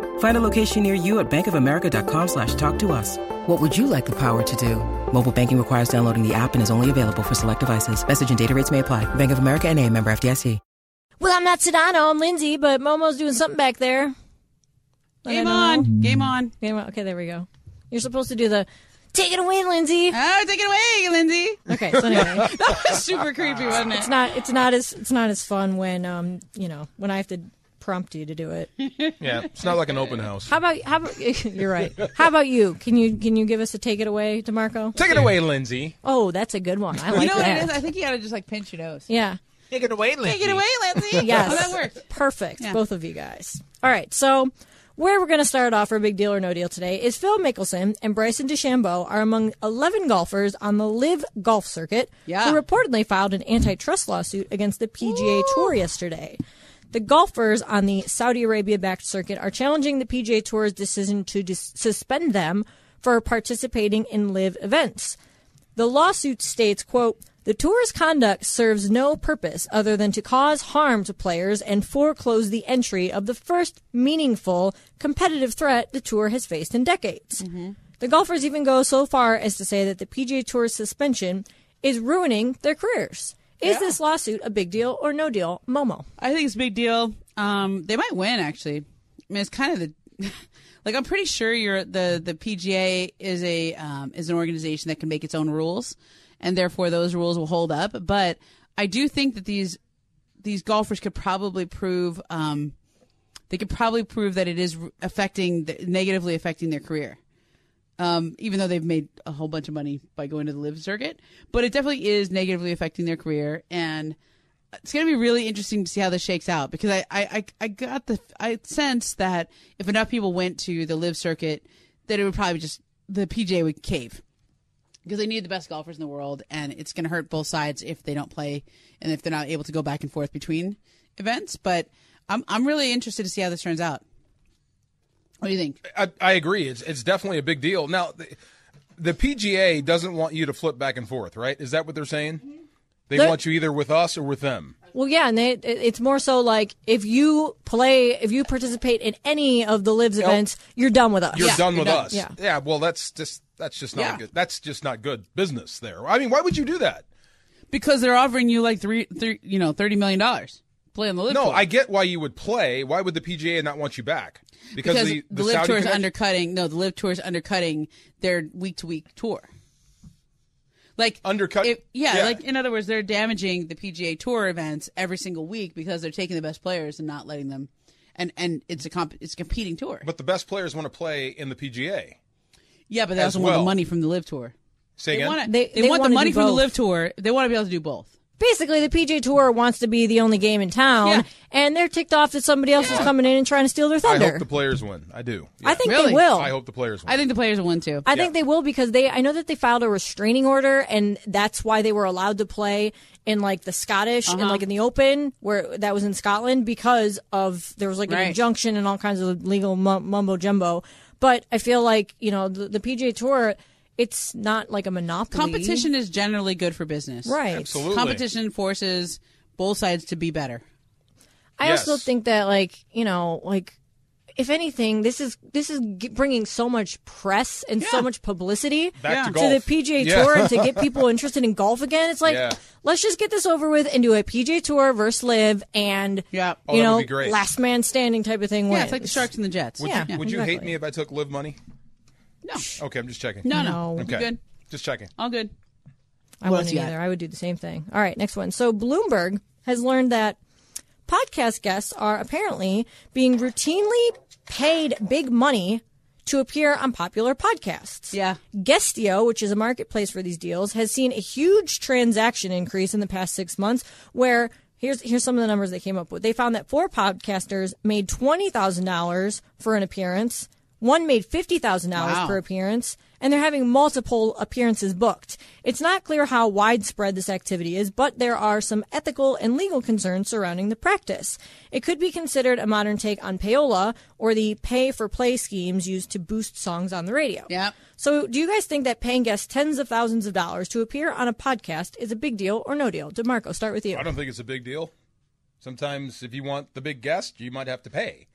Find a location near you at bankofamerica.com slash talk to us. What would you like the power to do? Mobile banking requires downloading the app and is only available for select devices. Message and data rates may apply. Bank of America and a member FDIC.
Well, I'm not Sedano. I'm Lindsay, but Momo's doing something back there. But I
Game
don't know.
on. Game on.
Game on. Okay, there we go. You're supposed to do the take it away, Lindsay.
Oh, take it away, Lindsay.
Okay, so anyway,
That was super creepy, wasn't it?
it's not it's not as it's not as fun when um you know when I have to prompt you to do it.
Yeah. It's not like an open house.
How about how about you're right. How about you? Can you can you give us a take it away, Demarco?
Take it away, Lindsay.
Oh, that's a good one. I like
You know what it
that.
is? I think you gotta just like pinch your nose.
yeah.
Take it away, Lindsay.
Take it away, Lindsay.
Yes.
Oh, that worked.
Perfect. Both of you guys. All right. So, where we're going to start off for Big Deal or No Deal today is Phil Mickelson and Bryson DeChambeau are among 11 golfers on the Live Golf Circuit
Yeah.
who reportedly filed an antitrust lawsuit against the PGA Tour yesterday. The golfers on the Saudi Arabia backed circuit are challenging the PGA Tour's decision to dis- suspend them for participating in live events. The lawsuit states, quote, the tour's conduct serves no purpose other than to cause harm to players and foreclose the entry of the first meaningful competitive threat the tour has faced in decades. The golfers even go so far as to say that the PGA Tour's suspension is ruining their careers. Is
Yeah.
this lawsuit a big deal or no deal, Momo?
I think it's a big deal. Um, they might win actually. I mean, it's kind of the like I'm pretty sure you're the the PGA is a um, is an organization that can make its own rules, and therefore those rules will hold up. But I do think that these these golfers could probably prove um, they could probably prove that it is affecting negatively affecting their career. Um, even though they've made a whole bunch of money by going to the live circuit, but it definitely is negatively affecting their career and it's going to be really interesting to see how this shakes out because I, I, I, I got the I sense that if enough people went to the live circuit, that it would probably just the PJ would cave because they need the best golfers in the world, and it's going to hurt both sides if they don't play and if they're not able to go back and forth between events. But I'm I'm really interested to see how this turns out. What do you think?
I, I agree. It's it's definitely a big deal. Now, the, the PGA doesn't want you to flip back and forth, right? Is that what they're saying?
Mm-hmm.
They
They're-
want you either with us or with them.
Well, yeah, and they, it- it's more so like if you play, if you participate in any of the Lives
Nope.
events, you're done with us.
You're done with us.
Yeah.
Well, that's just that's just not
Yeah.
good. That's just not good business. There. I mean, why would you do that?
Because they're offering you like three, three you know thirty million dollars play on the live.
No,
tour.
I get why you would play. Why would the PGA not want you back?
because, the, live
Saudi
tour is
connection-
undercutting. No, the live tour is undercutting their week to week tour. Like
undercut.
yeah,
Yeah.
like in other words, they're damaging the PGA Tour events every single week because they're taking the best players and not letting them. And and it's a comp, it's a competing tour.
But the best players want to play in the PGA.
Yeah, but they
As
also want
well.
the money from the live tour.
Say
They
again?
want
They-
they,
they
want the
wanna do
money from the
both.
live tour. They want to be able to do both.
Basically, the PJ Tour wants to be the only game in town, and they're ticked off that somebody else is coming in and trying to steal their
I
thunder.
hope the players win. I do.
I think they Really? will.
I hope the players win.
I think the players will win too.
I think they will because they. I know that they filed a restraining order, and that's why they were allowed to play in like the Scottish and
Uh-huh.
like in the Open, where that was in Scotland, because of there was like an
Right.
injunction and all kinds of legal mu- mumbo jumbo. But I feel like you know the, the PGA Tour, it's not like a monopoly.
Competition is generally good for business.
Right. Absolutely.
Competition forces both sides to be better.
I also
Yes.
think that like you know like if anything this is this is g- bringing so much press and so much publicity
Back to
the
golf.
PGA
Yeah.
Tour and to get people interested in golf again. It's like
Yeah.
let's just get this over with and do a PGA Tour versus Live and
Oh,
you
that would
know
be great.
last man standing type of thing.
Yeah,
wins.
it's like the Sharks and the Jets.
Would,
yeah,
you, would you hate
exactly.
me if I took live money? No. Okay, I'm just checking.
No, no.
Okay.
You're good.
Just checking.
All good.
I
What
wouldn't
else you got?
either. I would do the same thing. All right, next one. So Bloomberg has learned that podcast guests are apparently being routinely paid big money to appear on popular podcasts. Yeah. Guestio, which is a marketplace for these deals, has seen a huge transaction increase in the past six months where here's here's some of the numbers they came up with. They found that four podcasters made twenty thousand dollars for an appearance. One made fifty thousand dollars
Wow.
per appearance, and they're having multiple appearances booked. It's not clear how widespread this activity is, but there are some ethical and legal concerns surrounding the practice. It could be considered a modern take on payola or the pay for play schemes used to boost songs on the radio. Yeah. So, do you guys think that paying guests tens of thousands of dollars to appear on a podcast is a big deal or no deal? DeMarco, start with you.
I don't think it's a big deal. Sometimes if you want the big guest, you might have to pay.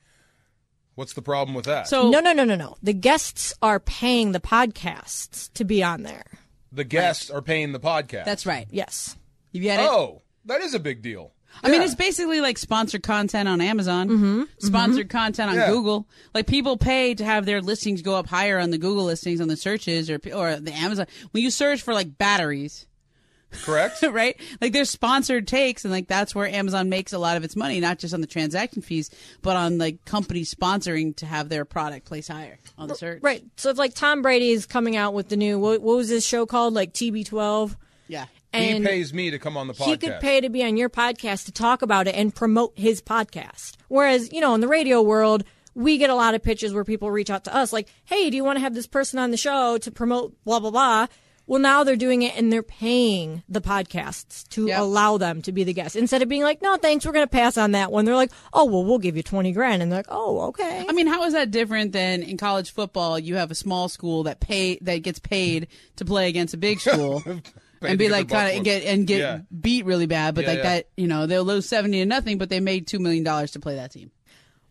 What's the problem with that?
no, no, no, no, no. The guests are paying the podcasts to be on there.
the guests are paying the podcast.
right.
Yes.
You get it?
Oh, that is a big deal.
I mean, it's basically like sponsored content on Amazon, sponsored content on
Yeah.
Google. Like people pay to have their listings go up higher on the Google listings on the searches or or the Amazon. When you search for like batteries,
correct?
right? Like there's sponsored takes, and like that's where Amazon makes a lot of its money, not just on the transaction fees, but on like companies sponsoring to have their product placed higher on the search.
Right. So if like Tom Brady is coming out with the new what, what was this show called like TB12,
Yeah.
And
he pays me to come on the podcast.
he could pay to be on your podcast to talk about it and promote his podcast. Whereas you know in the radio world. We get a lot of pitches where people reach out to us like, hey, do you want to have this person on the show to promote blah, blah, blah? Well, now they're doing it and they're paying the podcasts to allow them to be the guest. Instead of being like, no, thanks, we're going to pass on that one. They're like, oh, well, we'll give you 20 grand. And they're like, oh, okay.
I mean, how is that different than in college football? You have a small school that pay that gets paid to play against a big school and
to
be
get
like
their butt
kind of
whooped.
get and get
Yeah.
beat really bad, but
Yeah,
like
yeah.
that, you know, they'll lose seventy to nothing, but they made two million dollars to play that team.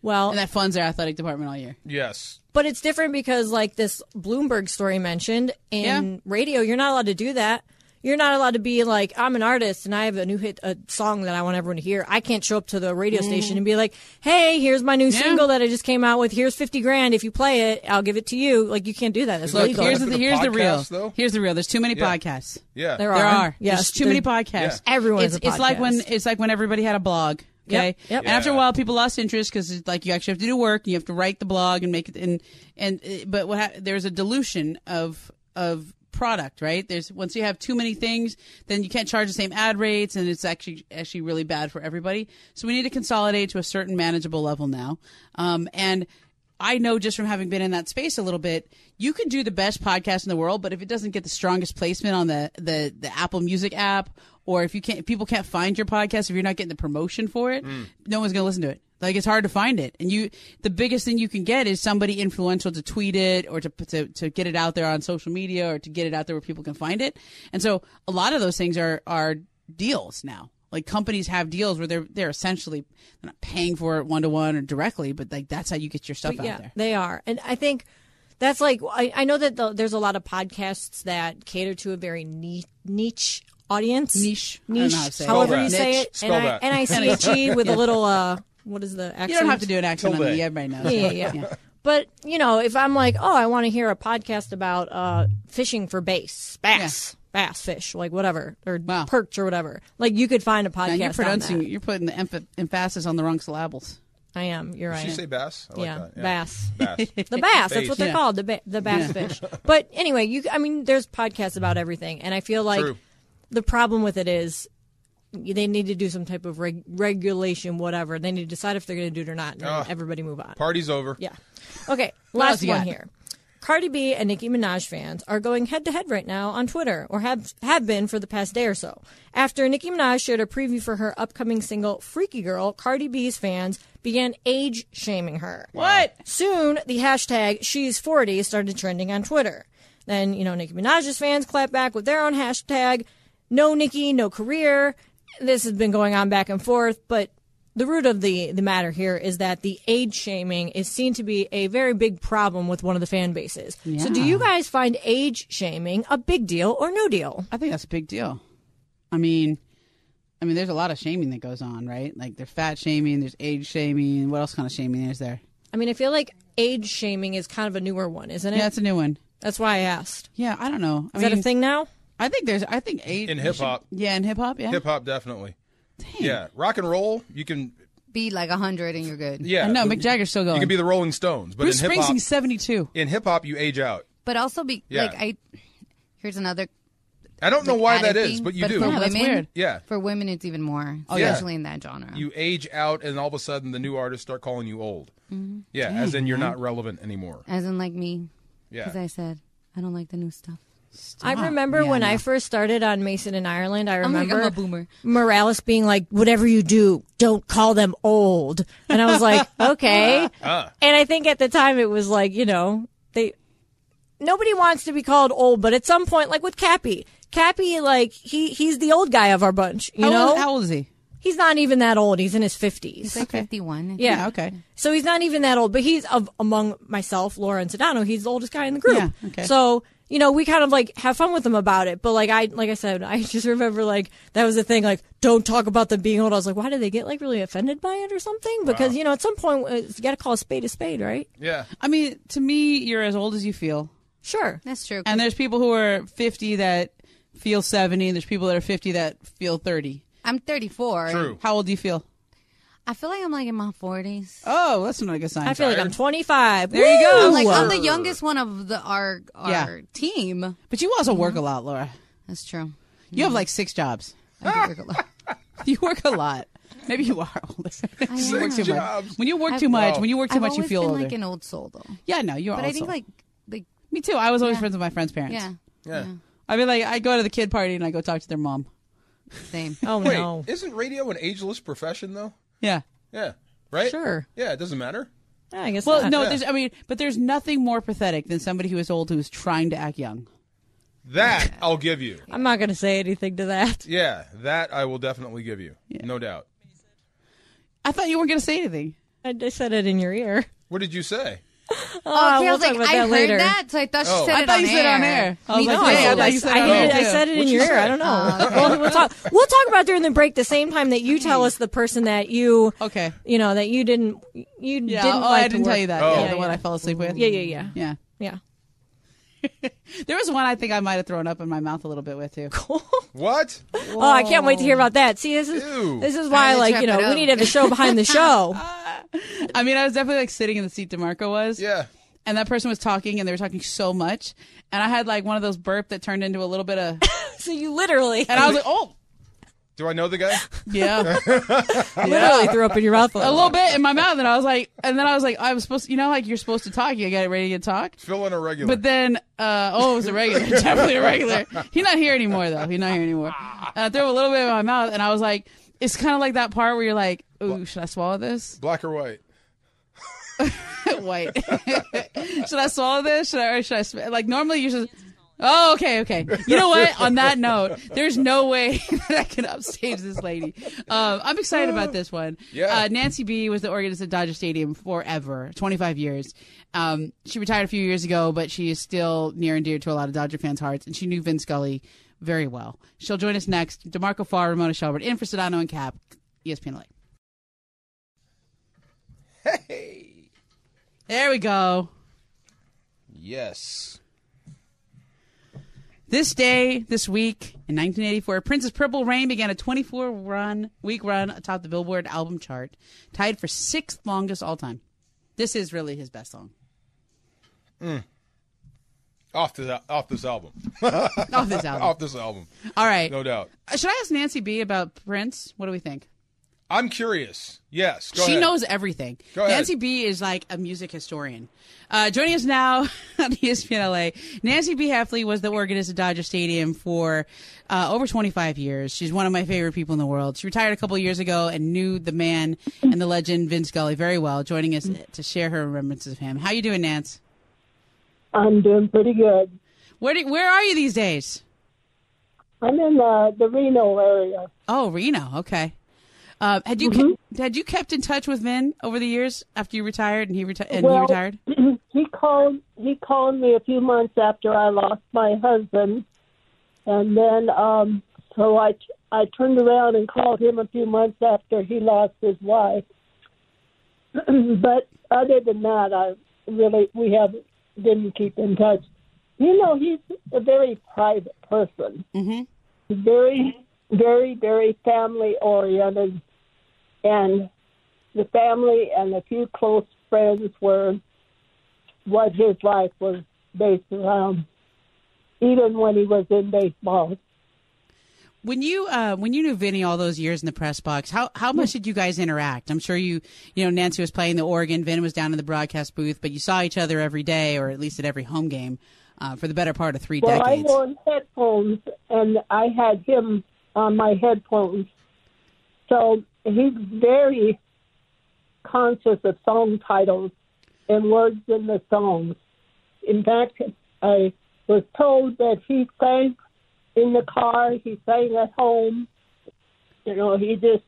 Well,
and that funds their athletic department all year.
Yes.
But it's different because, like this Bloomberg story mentioned, in radio, you're not allowed to do that. You're not allowed to be like, I'm an artist and I have a new hit, a song that I want everyone to hear. I can't show up to the radio
Mm.
station and be like, hey, here's my new single that I just came out with. Here's 50 grand. If you play it, I'll give it to you. Like, you can't do that. It's
Look,
illegal.
here's the here's the real. Here's the real. There's too many
Yeah.
podcasts.
Yeah.
there
There
are.
are.
There's
Yes,
too many
there-
podcasts.
yeah. Everyone
It's,
has a
it's like when
podcast.
it's like when everybody had a blog. Okay.
Yep, yep.
And after a while, people lost interest because like you actually have to do work. And you have to write the blog and make it. And and uh, but what hap there's a dilution of of product right there's once you have too many things then you can't charge the same ad rates and it's actually actually really bad for everybody so we need to consolidate to a certain manageable level now um, and I know just from having been in that space a little bit, you can do the best podcast in the world, but if it doesn't get the strongest placement on the the, the Apple Music app, or if you can't, if people can't find your podcast, if you're not getting the promotion for it, no one's going to listen to it. Like it's hard to find it, and you the biggest thing you can get is somebody influential to tweet it or to to, to get it out there on social media or to get it out there where people can find it. And so a lot of those things are are deals now. Like companies have deals where they're they're essentially they're not paying for it one to one or directly, but like that's how you get your stuff
But
out
yeah,
there.
They are, and I think that's like I, I know that the, there's a lot of podcasts that cater to a very ni- niche audience.
Niche. I don't know
niche.
how to say it.
however
Spell
you
that.
say
Niche.
it,
Spell that.
and I and I C H E with a little uh, what is the accent?
You don't have to do an accent on me. Everybody knows.
Yeah,
it.
yeah, yeah. But you know, if I'm like, oh, I want to hear a podcast about uh, fishing for bass, bass, bass fish, like whatever, or perch or whatever, like you could find a
Now,
podcast.
you're pronouncing.
On that.
You're putting the emph- emphasis on the wrong syllables.
I am. You're
Did
right.
she say bass? I like
yeah,
that, yeah.
bass.
Bass.
the bass. That's what they're
Yeah.
called. The ba- the bass
Yeah.
fish. But anyway, you. I mean, there's podcasts about everything, and I feel like
True.
the problem with it is they need to do some type of reg- regulation, whatever. They need to decide if they're going to do it or not. And then
Ah.
everybody move on.
Party's over.
Yeah. Okay,
What else
last
you
one
got?
here. Cardi B and Nicki Minaj fans are going head to head right now on Twitter, or have have been for the past day or so. After Nicki Minaj shared a preview for her upcoming single "Freaky Girl," Cardi B's fans began age shaming her.
What?
Soon, the hashtag "She's 40" started trending on Twitter. Then, you know, Nicki Minaj's fans clapped back with their own hashtag "No Nicki, No Career." This has been going on back and forth, but the root of the, the matter here is that the age shaming is seen to be a very big problem with one of the fan bases. So, do
Yeah.
you guys find age shaming a big deal or no deal?
I think that's a big deal. I mean, I mean, there's a lot of shaming that goes on, right? Like there's fat shaming, there's age shaming. What else kind of shaming is there?
I mean, I feel like age shaming is kind of a newer one, isn't it?
Yeah, it's a new one.
That's why I asked.
Yeah, I don't know. I
Is that a
mean,
thing now?
I think there's. I think age
In hip hop.
Yeah, in hip hop. Yeah.
Hip hop, definitely. Yeah, rock and roll. You can.
Be like hundred and you're good.
Yeah,
know, Mick Jagger's still going.
You can be the Rolling Stones, but
Bruce
in hip hop,
Springsteen's 72.
In hip hop, you age out.
But also be
Yeah.
like I. Here's another.
I don't know
like,
why
added
that is,
thing,
but you do.
For
Yeah, that's
women,
weird. Yeah.
For women, it's even more,
Oh, yeah.
especially in that genre.
You age out, and all of a sudden, the new artists start calling you old.
Mhm.
Yeah, as in you're not relevant anymore.
As in, like me.
Yeah.
Because I said I don't like the new stuff.
I remember when I first started on Mason in Ireland. I
Oh I'm like, I'm
remember
a boomer.
Morales being like, "Whatever you do, don't call them old." And I was like, "Okay."
Ah.
And I think at the time it was like, you know, they nobody wants to be called old, but at some point, like with Cappy, Cappy, like he he's the old guy of our bunch. You
How
know,
old- how old is he?
He's not even that old. He's in his fifties.
He's like 51.
Yeah. Okay. So he's not even that old, but he's of among myself, Laura and Sedano, he's the oldest guy in the group.
Yeah, okay.
So you know, we kind of like have fun with them about it, but like I, like I said, I just remember like that was the thing. Like, don't talk about them being old. I was like, why do they get like really offended by it or something? Because
Wow.
you know, at some point, uh, you got to call a spade a spade, right?
Yeah.
I mean, to me, you're as old as you feel.
Sure.
That's true.
And there's people who are 50 that feel 70, and there's people that are 50 that feel 30.
I'm 34. and
How old do you feel?
I feel like I'm like in my 40s.
Oh, that's not a good sign.
I feel like I'm 25.
There you go.
I'm like I'm the
Woo!
youngest one of the our our
Yeah.
team.
But you also work a lot, Laura.
That's true.
You have like six jobs.
I do work a lot.
you work a lot. Maybe you are older. you work
am.
too much.
Jobs.
When you work
I've-
too much, when you work too
I've
much, you
always
feel
been
older.
like an old soul though.
yeah, no, you're.
but I think
also-
like like
me too. I was always
Yeah.
friends with my friends' parents.
Yeah. Yeah. Yeah.
I mean, like I go to the kid party and I go talk to their mom.
Same.
Oh
Wait, isn't radio an ageless profession though?
Yeah.
Yeah. Right.
Sure.
Yeah, it doesn't matter.
I guess.
Well,
not.
Oh, no,
Yeah.
there's. I mean, but there's nothing more pathetic than somebody who is old who is trying to act young.
That I'll give you.
I'm not gonna say anything to that.
Yeah, that I will definitely give you. No doubt.
I thought you weren't going to say anything.
I, I said it in your ear.
What did you say?
Oh,
okay, I
we'll
was
talk
like,
about
I
that
heard
later.
that, so I thought she
Oh.
said
I
it
thought
on
you said it on
air.
air. I was
Me
like,
too.
wait, I thought you said it on
heard
air,
it.
too. I said it in
What'd
your
she
ear.
say?
I don't know.
oh,
Well, we'll talk. We'll talk about during the break the same time that you tell us the person that you
okay,
you know that you didn't you
Yeah,
didn't.
oh,
like
I
to
didn't tell
work-
you that. Yeah, the one I fell asleep with.
Yeah, yeah, yeah,
yeah.
yeah.
There was one I think I might have thrown up in my mouth a little bit with too.
What?
Oh, I can't wait to hear about that. See, this is this is why,
Alright,
like
let's
you
wrap
know,
it
we
up.
need to have a show behind the show.
I mean, I was definitely like sitting in the seat DeMarco was.
Yeah.
And that person was talking and they were talking so much. And I had like one of those burp that turned into a little bit of.
so you literally.
And I was like, oh,
Do I know the guy?
yeah.
Literally threw up in your mouth a
A little bit in my mouth. And I was like, and then I was like, I was supposed to, you know, like you're supposed to talk. You got it ready to talk.
Fill in a regular.
But then, uh, oh, it was a regular, definitely a regular. He's not here anymore, though. He's not here anymore. And I threw a little bit in my mouth, and I was like, it's kind of like that part where you're like, ooh, should I swallow this?
Black or white?
White. should I swallow this? Should I, or should I, sp-? like, normally you should. Oh, okay, okay. You know what? On that note, there's no way that I can upstage this lady. Um, I'm excited about this one.
Yeah.
Uh, Nancy B was the organist at Dodger Stadium forever, 25 years. Um, she retired a few years ago, but she is still near and dear to a lot of Dodger fans' hearts, and she knew Vin Scully very well. She'll join us next. DeMarco Farr, Ramona Shelbert, in for Sedano and Cap, E ESPN LA.
Hey.
There we go.
Yes.
This day, this week in 1984, Prince's Purple Rain began a 24 run week run atop the Billboard album chart, tied for sixth longest all time. This is really his best song.
Mm. Off this off this album.
Off Oh, this album.
off this album.
All right.
Oh. No doubt.
Uh, Should I ask Nancy B about Prince? What do we think?
I'm curious. Yes. Go
she
ahead.
knows everything.
Go ahead.
Nancy B is like a music historian. Uh, joining us now on E ESPN LA, Nancy B Heffley was the organist at Dodger Stadium for uh, over 25 years. She's one of my favorite people in the world. She retired a couple years ago and knew the man and the legend Vince Scully very well. Joining us to share her remembrances of him. How you doing, Nance?
I'm doing pretty good.
Where do, where are you these days?
I'm in uh, the Reno area.
Oh, Reno. Okay. Uh, had you ke- had you kept in touch with Vin over the years after you retired and he retired and he
Well,
retired?
he called. He called me a few months after I lost my husband, and then um, so I I turned around and called him a few months after he lost his wife. but other than that, I really we have didn't keep in touch. You know, he's a very private person. Mm-hmm. Very, very, very family oriented, and the family and a few close friends were what his life was based around, even when he was in baseball.
When you uh, when you knew Vinny all those years in the press box, how how much
Hmm.
did you guys interact? I'm sure you you know Nancy was playing the organ, Vin was down in the broadcast booth, but you saw each other every day, or at least at every home game, uh, for the better part of three
well,
decades.
I wore headphones, and I had him on my headphones. So he's very conscious of song titles and words in the songs. In fact, I was told that he sang in the car, he sang at home. You know, he just,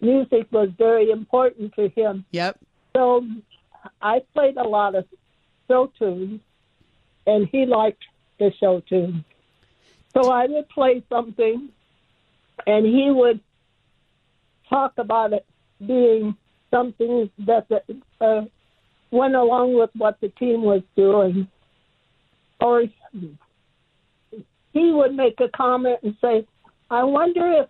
music was very important to him.
Yep.
So I played a lot of show tunes, and he liked the show tunes. So I would play something, and he would talk about it being something that the, uh, went along with what the team was doing. Or he would make a comment and say, I wonder if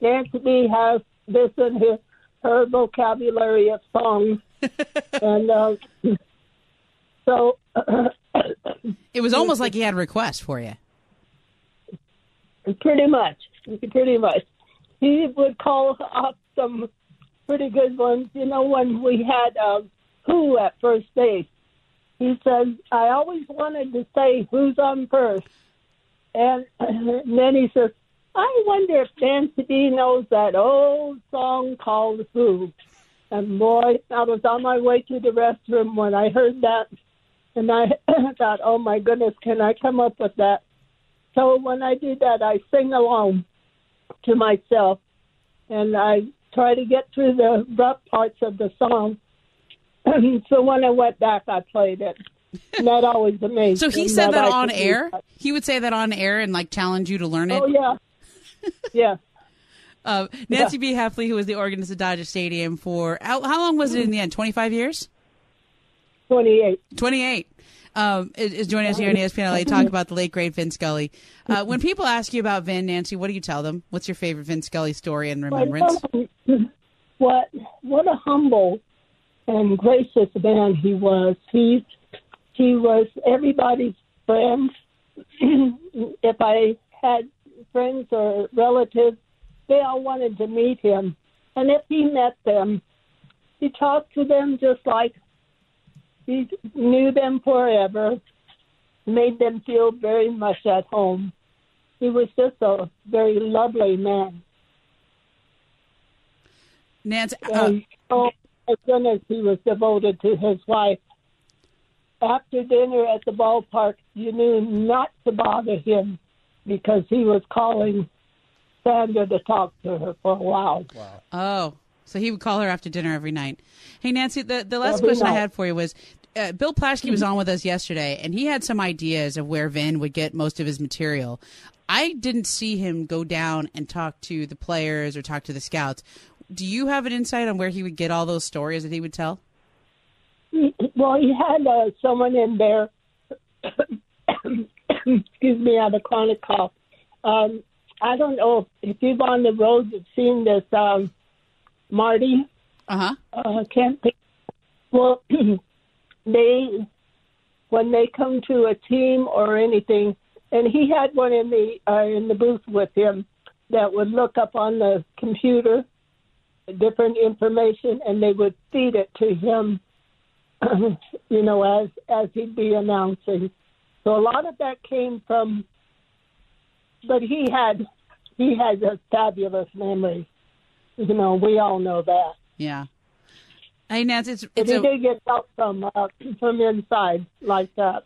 Nancy B has this in his, her vocabulary of songs. and uh, so
It was almost like he had a request for you.
Pretty much. Pretty much. He would call up some pretty good ones. You know, when we had um, who at first base, he says, I always wanted to say who's on first. And, then he says, I wonder if Nancy D knows that old song called Who. And boy, I was on my way to the restroom when I heard that. And I thought, oh my goodness, can I come up with that? So when I do that, I sing along to myself, and I try to get through the rough parts of the song. so when I went back, I played it. And that always amazed
So
me.
he said
Not
that
I
on
could do
air.
that.
He would say that on air and like challenge you to learn it.
Oh, yeah. Yeah.
Uh, Nancy B. Heffley, who was the organist at Dodger Stadium for how, how long
Hmm.
was it in the end? Twenty five years.
Twenty eight.
Twenty eight. Um, is, is joining us here on ESPN LA to talk about the late great Vin Scully. Uh, when people ask you about Vin, Nancy, what do you tell them? What's your favorite Vin Scully story and remembrance?
What what a humble and gracious man he was. He he was everybody's friend. if I had friends or relatives, they all wanted to meet him. And if he met them, he talked to them just like he knew them forever, made them feel very much at home. He was just a very lovely man.
Nancy, uh,
And oh my goodness, he was devoted to his wife. After dinner at the ballpark, you knew not to bother him because he was calling Sandra to talk to her for a while.
Wow.
Oh, so he would call her after dinner every night. Hey, Nancy, the, the last
Every
question I
night.
had for you was uh, Bill Plaschke was on with us yesterday, and he had some ideas of where Vin would get most of his material. I didn't see him go down and talk to the players or talk to the scouts. Do you have an insight on where he would get all those stories that he would tell?
He- Well, he had uh, someone in there. excuse me, I have a chronic cough. Um, I don't know if you've on the road you've seen this um, Marty.
Uh-huh.
Uh Can't think. Well, they when they come to a team or anything, and he had one in the uh, in the booth with him that would look up on the computer different information, and they would feed it to him. you know, as as he'd be announcing. So a lot of that came from, but he had he had a fabulous memory. You know, we all know that.
Yeah. Hey, Nancy, it's,
But
it's
he
a,
did get help from uh, from inside like that.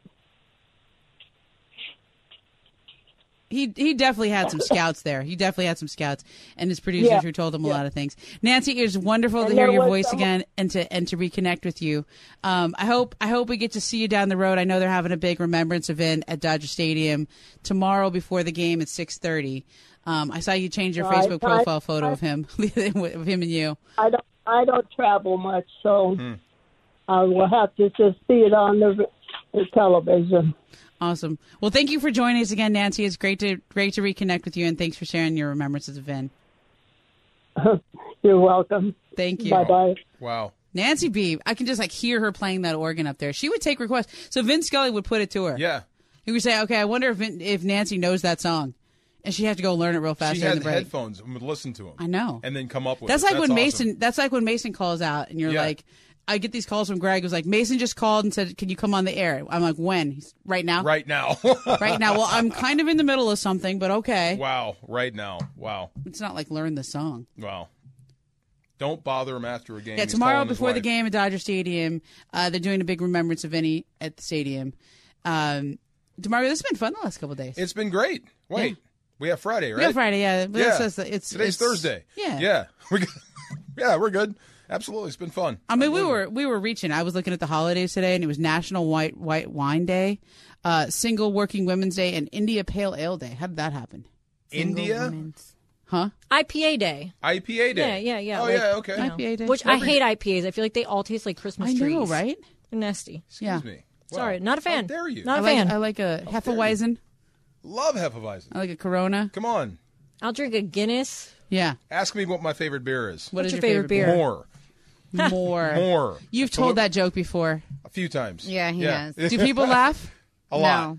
he he definitely had some scouts there. He definitely had some scouts and his producers
Yeah.
who told him a lot of things. Nancy, it was wonderful to
And
hear
there
your
was
voice
some-
again and to and to reconnect with you. Um, I hope I hope we get to see you down the road. I know they're having a big remembrance event at Dodger Stadium tomorrow before the game at six thirty. Um, I saw you change your
All right.
Facebook profile photo of him, of him and you.
I don't I don't travel much, so
Hmm.
I will have to just see it on the, the television.
Awesome. Well, thank you for joining us again, Nancy. It's great to great to reconnect with you, and thanks for sharing your remembrances of Vin.
You're welcome.
Thank you.
Bye bye.
Wow.
Nancy B. I can just like hear her playing that organ up there. She would take requests. So Vince Scully would put it to her.
Yeah.
He would say, "Okay, I wonder if Vin- if Nancy knows that song," and she'd have to go learn it real fast.
she
during
had
the break.
headphones and would listen to him.
I know.
And then come up with.
That's
it.
like when
awesome.
Mason. That's like when Mason calls out, and you're
Yeah.
like, I get these calls from Greg. It was like Mason just called and said, "Can you come on the air?" I'm like, "When?" He's right now.
Right now.
right now. Well, I'm kind of in the middle of something, but okay.
Wow. Right now. Wow.
It's not like learn the song.
Wow. Don't bother him after a game.
Yeah,
He's
tomorrow
calling his
before the
wife.
game at Dodger Stadium, uh, they're doing a big remembrance of any at the stadium. Um, Demario, this has been fun the last couple of days.
It's been great. Wait, we have Friday, right?
Yeah, Friday, yeah. But it's just- it's-
Today's
it's-
Thursday.
yeah.
Yeah. We're good. yeah, we're good. Absolutely. It's been fun.
I mean, we were we were reaching. I was looking at the holidays today, and it was National White White Wine Day, uh, Single Working Women's Day, and India Pale Ale Day. How did that happen?
India?
Huh?
IPA day.
IPA day.
Yeah, yeah, yeah.
Oh,
like,
yeah, okay.
you know,
IPA day.
Which I hate IPAs. I feel like they all taste like Christmas
I
trees.
know, right?
They're nasty.
Yeah.
me.
Sorry, not a fan.
How dare you?
Not
I
a
like,
fan.
I like a Hefeweizen.
Love Hefeweizen.
I like a Corona.
Come on.
I'll drink a Guinness.
Yeah.
Ask me what my favorite beer is.
What
What's
is
your favorite beer?
More.
More.
More.
You've
So
told
what-
that joke before.
A few times.
Yeah, he has.
Do people laugh?
a lot.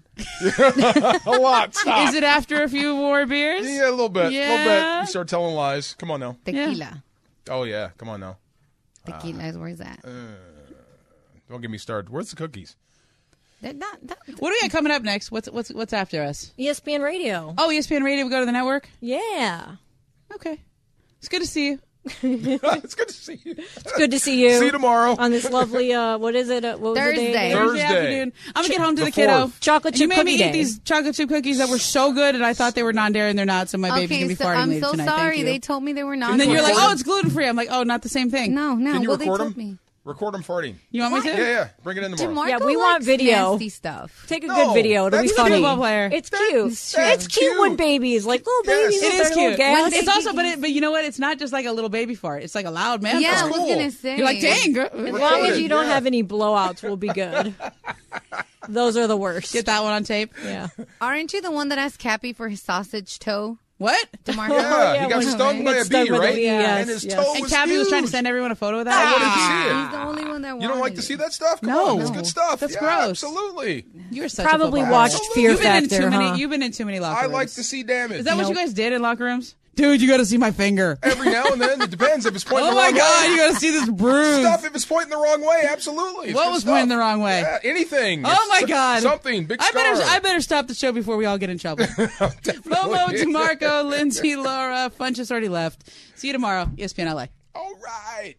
a lot. Stop.
Is it after a few more beers?
Yeah, a little bit. A little bit.
Yeah.
You start telling lies. Come on now.
Tequila.
Oh, yeah. Come on now.
Tequila is where's that?
Uh, Don't get me started. Where's the cookies?
That- that- that-
What do we got coming up next? What's what's what's after us?
ESPN Radio.
Oh, ESPN Radio. We go to the network.
Yeah.
Okay. It's good to see you.
it's good to see you.
It's good to see you.
See you tomorrow.
on this lovely, uh, what is it? Uh, what was The day?
Thursday.
Thursday.
afternoon. I'm gonna get home to
The
the, kiddo.
fourth.
Chocolate
You
chip
made me
cookie
eat
day.
these chocolate chip cookies that were so good, and I thought they were non-dairy, and they're not. So my baby's gonna
okay,
be
so
farting
I'm
later
so
tonight. Thank
sorry.
you.
They told me they were not.
and then you're like,
gluten-free.
oh, it's gluten free. I'm like, oh, not the same thing.
no, no.
Can you
well, they
record
told
them?
me.
Record him farting.
You want me What? to?
Yeah, yeah. Bring it in tomorrow.
DeMarco
yeah, we want
likes
video.
nasty stuff.
Take a
No,
good video. It'll be
that's
funny.
cute. Football player.
It's cute. it's cute when babies, like little babies,
it
with
is
their little
cute.
gas.
When- it's also, but it, but you know what? It's not just like a little baby fart. It's like a loud man.
Yeah, I
fart.
was gonna say.
You're like, dang, girl.
As long as you don't have any blowouts, we'll be good. Those are the worst. Get
that one on tape.
Yeah.
Aren't you the one that asked Cappy for his sausage toe?
What?
DeMarco.
Oh, Yeah, he got stung by a bee, right? And his toe
And
was
Cappy was trying to
huge.
send everyone a photo of
I
that.
wanted to see it.
He's the only one that
You don't like to see that stuff? Come
No.
on, that's good stuff.
That's
Yeah,
gross.
Absolutely.
You're such
Probably
a football
watched
player.
Fear
you've been In
Factor,
too
huh?
many, you've been in too many locker
I
rooms.
like to see damage.
Is that what you guys did in locker rooms? Dude, you got to see my finger.
Every now and then, it depends if it's pointing.
Oh
the
my
wrong
God,
way.
you gotta see this bruise.
Stuff if it's pointing the wrong way. Absolutely. It's
What
good
was
stuff.
pointing the wrong way?
Yeah, anything.
Oh
It's
my
so-
God!
Something big.
I better,
scar.
I better stop the show before we all get in trouble. Momo, E DeMarco, Lindsay, Laura, Funch has already left. See you tomorrow, ESPN LA.
All right.